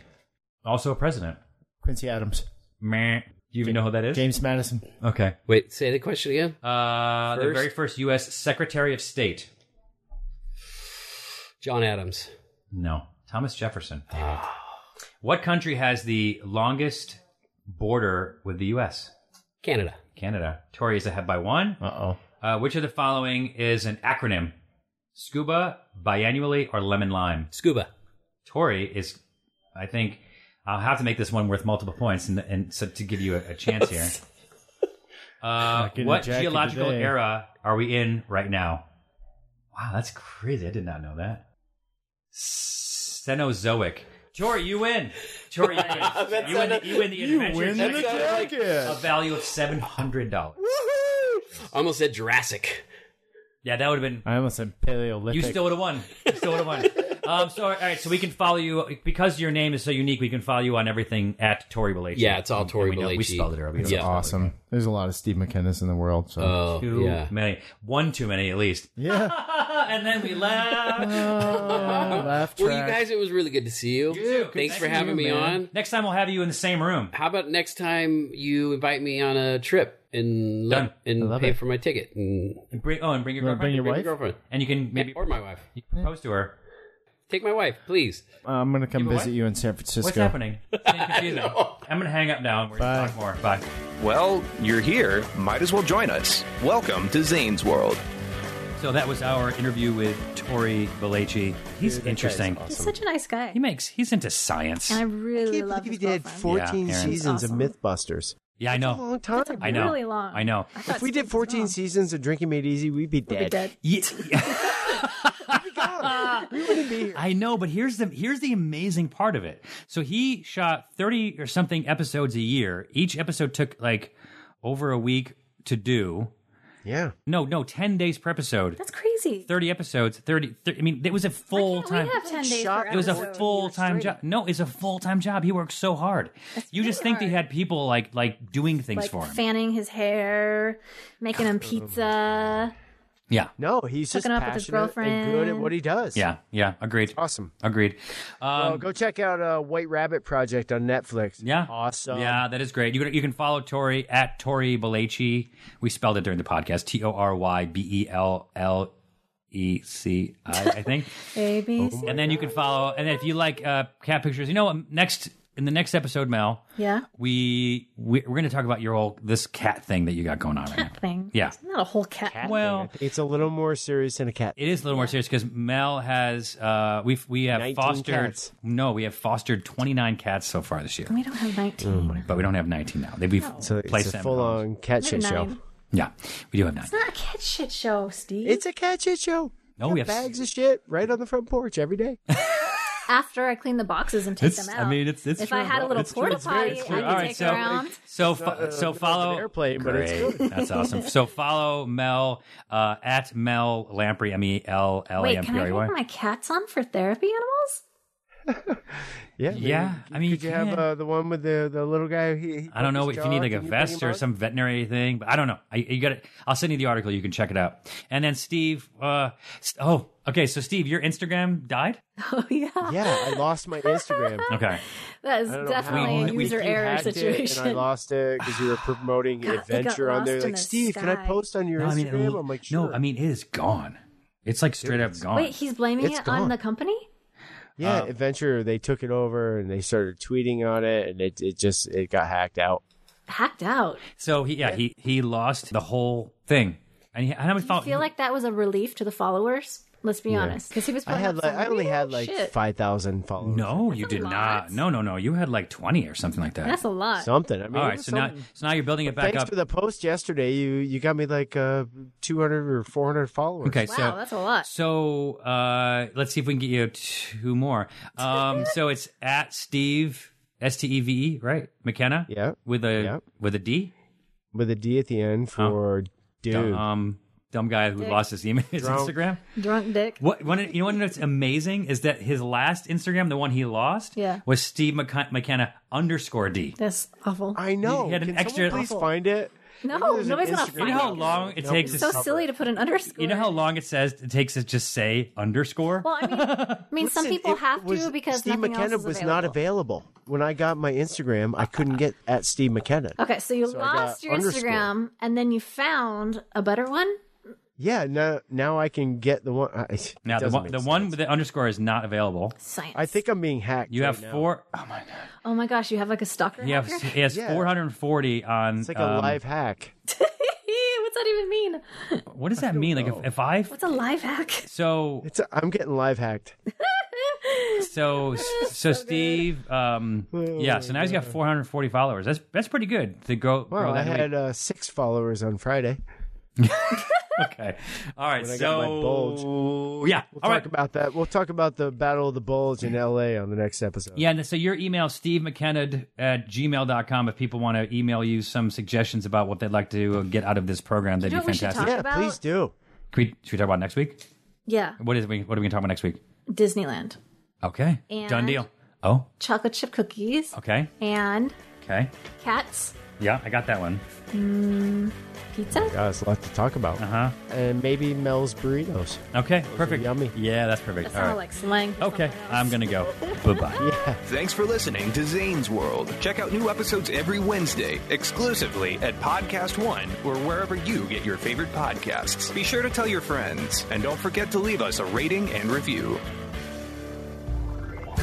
Also a president. Quincy Adams. Meh. Do you even know who that is? James Madison. Okay. Wait, say the question again. Uh, the First? very first U.S. Secretary of State. John Adams. No, Thomas Jefferson. What country has the longest border with the U.S.? Canada. Canada. Tory is ahead by one. Uh oh. Uh, which of the following is an acronym? Scuba, biannually, or lemon lime? Scuba. Tory is, I think, I'll have to make this one worth multiple points, and, and so to give you a, a chance here. Uh, getting what jacked geological today. era are we in right now? Wow, that's crazy. I did not know that. Cenozoic. Tori, you win. Tori, you win. you, win the, you win the adventure the check, jacket. a value of seven hundred dollars. Almost said Jurassic. Yeah, that would have been I almost said Paleolithic. You still would have won. You still would have won. Um, so all right, so we can follow you because your name is so unique. We can follow you on everything at Tori Belaci. Yeah, it's all And- Tori and we know- We Belaci. spelled it earlier. Yeah. awesome. There's a lot of Steve McKinnis in the world. So Oh, Too yeah. many, one too many at least. yeah. and then we laugh. Uh, left Well, you guys, it was really good to see you. Thanks for having me on. Next time we'll have you in the same room. How about next time you invite me on a trip and Done. and love pay it. for my ticket and And bring, oh, and bring your Wanna girlfriend. bring your bring wife? your girlfriend and you can maybe or my wife. you can propose to her. Take my wife, please. Uh, I'm gonna come Give away? visit you in San Francisco. What's happening? It's getting confusing. I'm gonna hang up now. and We're Bye. gonna talk more. Bye. Well, you're here. Might as well join us. Welcome to Zane's World. So that was our interview with Tori Belaci. He's interesting. He's such a nice guy. He makes. He's into science. and I really love we his did girlfriend. 14 Yeah, Aaron. seasons Awesome. of MythBusters. Yeah, I That's a know. long time. I know. Really long. I know. I thought if we did Steve was 14 wrong. seasons of Drinking Made Easy, we'd be dead. We'd be dead. Yeah, we wouldn't be here. I know, but here's the here's the amazing part of it. So he shot 30 or something episodes a year. Each episode took like over a week to do. Yeah. No, no, 10 days per episode. That's crazy. 30 episodes, 30, thir- I mean, it was a full We time have ten days. Shot per it was a episode. full time job. No, it's a full time job. He works so hard. you just think they had people like like doing things like for him. fanning his hair, making Oh, him pizza. yeah. No, he's just Hooking up with his passionate and good at girlfriend. what he does. Yeah. Um, Yeah. Agreed. Awesome. Agreed. Well, go check out uh, White Rabbit Project on Netflix. Yeah. Awesome. Yeah, that is great. You can, you can follow Tori at Tori Belaci. We spelled it during the podcast. T O R Y B E L L E C I, I think. A Oh, B C. and then you can follow. And if you like uh, cat pictures, you know what? Next in the next episode, Mel, Yeah. we, we we're going to talk about your whole this cat thing that you got going on right now. Thing. Yeah. Not a whole cat. Well, It's a little more serious than a cat. it is a little more serious because Mel has uh, we we have 19 fostered cats. no we have fostered twenty nine cats so far this year, We don't have nineteen. Oh, but we don't have nineteen now. They we've So it's placed a them. full on cat We shit have show. nine. Yeah, we do have nine. It's not a cat shit show, Steve. It's a cat shit show. No, Got we have- bags of shit right on the front porch every day. After I clean the boxes and take them out. I mean, it's it's if true. I had a little It's true. porta It's very- potty, it's I true. could All right, take so around. so fo- so follow an airplane, but it's Great. good. That's awesome. So follow Mel uh, at Mel Lamprey M E L L A Wait, M P can I R E put Y. my cats on for therapy animals? Yeah. Yeah, I mean, could you you have can. uh, the one with the, the little guy? He, he I don't know broke if his you need jaw? like a Can you bring vest him or on? some veterinary thing, but I don't know. I, you got I'll send you the article. You can check it out. And then Steve. Uh, st- oh, okay. So Steve, your Instagram died. Oh yeah. Yeah, I lost my Instagram. Okay. That is I don't know definitely how. a user You error hacked it, situation. and I lost it because you were promoting God, it got adventure on lost there. in Like, the Steve, can I sky." post on your No, I mean, it Instagram? will- I'm like, sure. no. I mean, it is gone. It's like straight up gone. Wait, he's blaming It's it on gone. the company? uh, yeah, adventure. They took it over and they started tweeting on it, and it, it just it got hacked out. Hacked out. so he, yeah, he he lost the whole thing. And he, and I would I feel like that was a relief to the followers. Let's be honest, because he was. I putting had up like some I only real had like shit. five thousand followers. No, you a did lot. not. No, no, no. You had like twenty or something like that. That's a lot. something. I mean, All it right, was so now, something. so now you're building it back thanks up. to the post yesterday, you you got me like uh, two hundred or four hundred followers. okay, wow, so that's a lot. so uh, let's see if we can get you two more. Um, so it's at Steve S T E V E right McKenna. Yeah. with a Yeah. with a D. with a D at the end for dude. Um, dumb guy who lost his email, his Drunk. Instagram. Drunk dick. What one? You know what? That's amazing is that his last Instagram, the one he lost, Yeah. was Steve McK- McKenna underscore D. That's awful. I know. He had an Can extra- someone please find it? No, Maybe there's an nobody's gonna Instagram find You know how account. long it takes we so can cover silly it. to put an underscore. You know how long it says it takes to just say underscore. Well, I mean, I mean, some Listen, people it have was- to because Steve nothing else McKenna is was available. not available when I got my Instagram. I couldn't get at Steve McKenna. Okay, so you So I got lost your underscore. Instagram and then you found a better one. Yeah, now now I can get the one. I, it now the doesn't one, make the one sense. with the underscore is not available. Science. I think I'm being hacked. You right have now. four. Oh my god. Oh my gosh, you have like a stalker. He has, hacker? he has Yeah. 440 on. It's like a um, live hack. What's that even mean? What does that mean? Like if, if I What's a live hack? so It's a, I'm getting live hacked. so so Steve um yeah so now he's got 440 followers. That's that's pretty good to go. Wow, grow I that had uh, six followers on Friday. week. okay. All right. when I so got my bulge. yeah. We'll All talk right. about that. We'll talk about the Battle of the Bulge in L.A. on the next episode. Yeah, and so your email, Steve McKenna at gmail.com, if people want to email you some suggestions about what they'd like to get out of this program, that'd You know be what we should fantastic. talk- Yeah, About- please do. Can we, should we talk about next week? Yeah, What is we, what are we gonna talk about next week? Disneyland, Okay. Done And- deal. Oh, chocolate chip cookies, okay. and Okay. cats, Yeah, I got that one. pizza. Guys, lots to talk about. Uh-huh. And maybe Mel's burritos. Okay, perfect. yummy. Yeah, that's perfect. That All sounded right. like slang. for okay, someone else. I'm gonna go. bye bye. Thanks for listening to Zane's World. Check out new episodes every Wednesday, exclusively at Podcast One or wherever you get your favorite podcasts. Be sure to tell your friends, and don't forget to leave us a rating and review.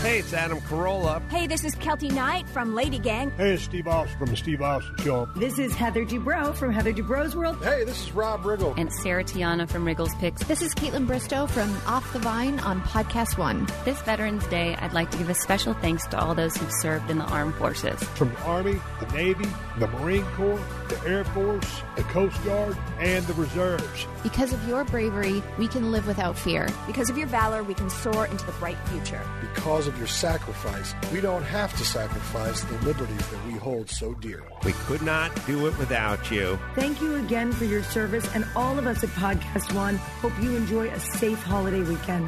Hey, it's Adam Carolla. Hey, this is Kelty Knight from Lady Gang. Hey, it's Steve Austin from the Steve Austin Show. This is Heather Dubrow from Heather Dubrow's World. Hey, this is Rob Riggle. And Sarah Tiana from Wriggles Picks. This is Caitlin Bristow from Off the Vine on Podcast One. This Veterans Day, I'd like to give a special thanks to all those who've served in the armed forces. From the Army, the Navy, the Marine Corps, the Air Force, the Coast Guard, and the Reserves. Because of your bravery, we can live without fear. Because of your valor, we can soar into the bright future. Because of of your sacrifice, we don't have to sacrifice the liberties that we hold so dear. We could not do it without you. Thank you again for your service, and all of us at Podcast One hope you enjoy a safe holiday weekend.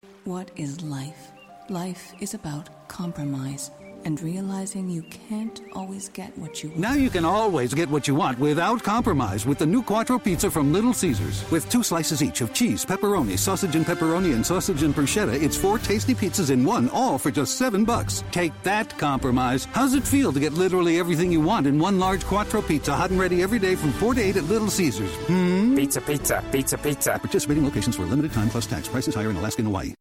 What is life? Life is about compromise and realizing you can't always get what you want. Now you can always get what you want without compromise with the new Quattro Pizza from Little Caesars. With two slices each of cheese, pepperoni, sausage and pepperoni, and sausage and bruschetta, it's four tasty pizzas in one, all for just seven bucks. Take that compromise. How's it feel to get literally everything you want in one large Quattro Pizza, hot and ready every day from 4 to 8 at Little Caesars? Hmm? Pizza, pizza, pizza, pizza. Participating locations for a limited time plus tax. Prices higher in Alaska and Hawaii.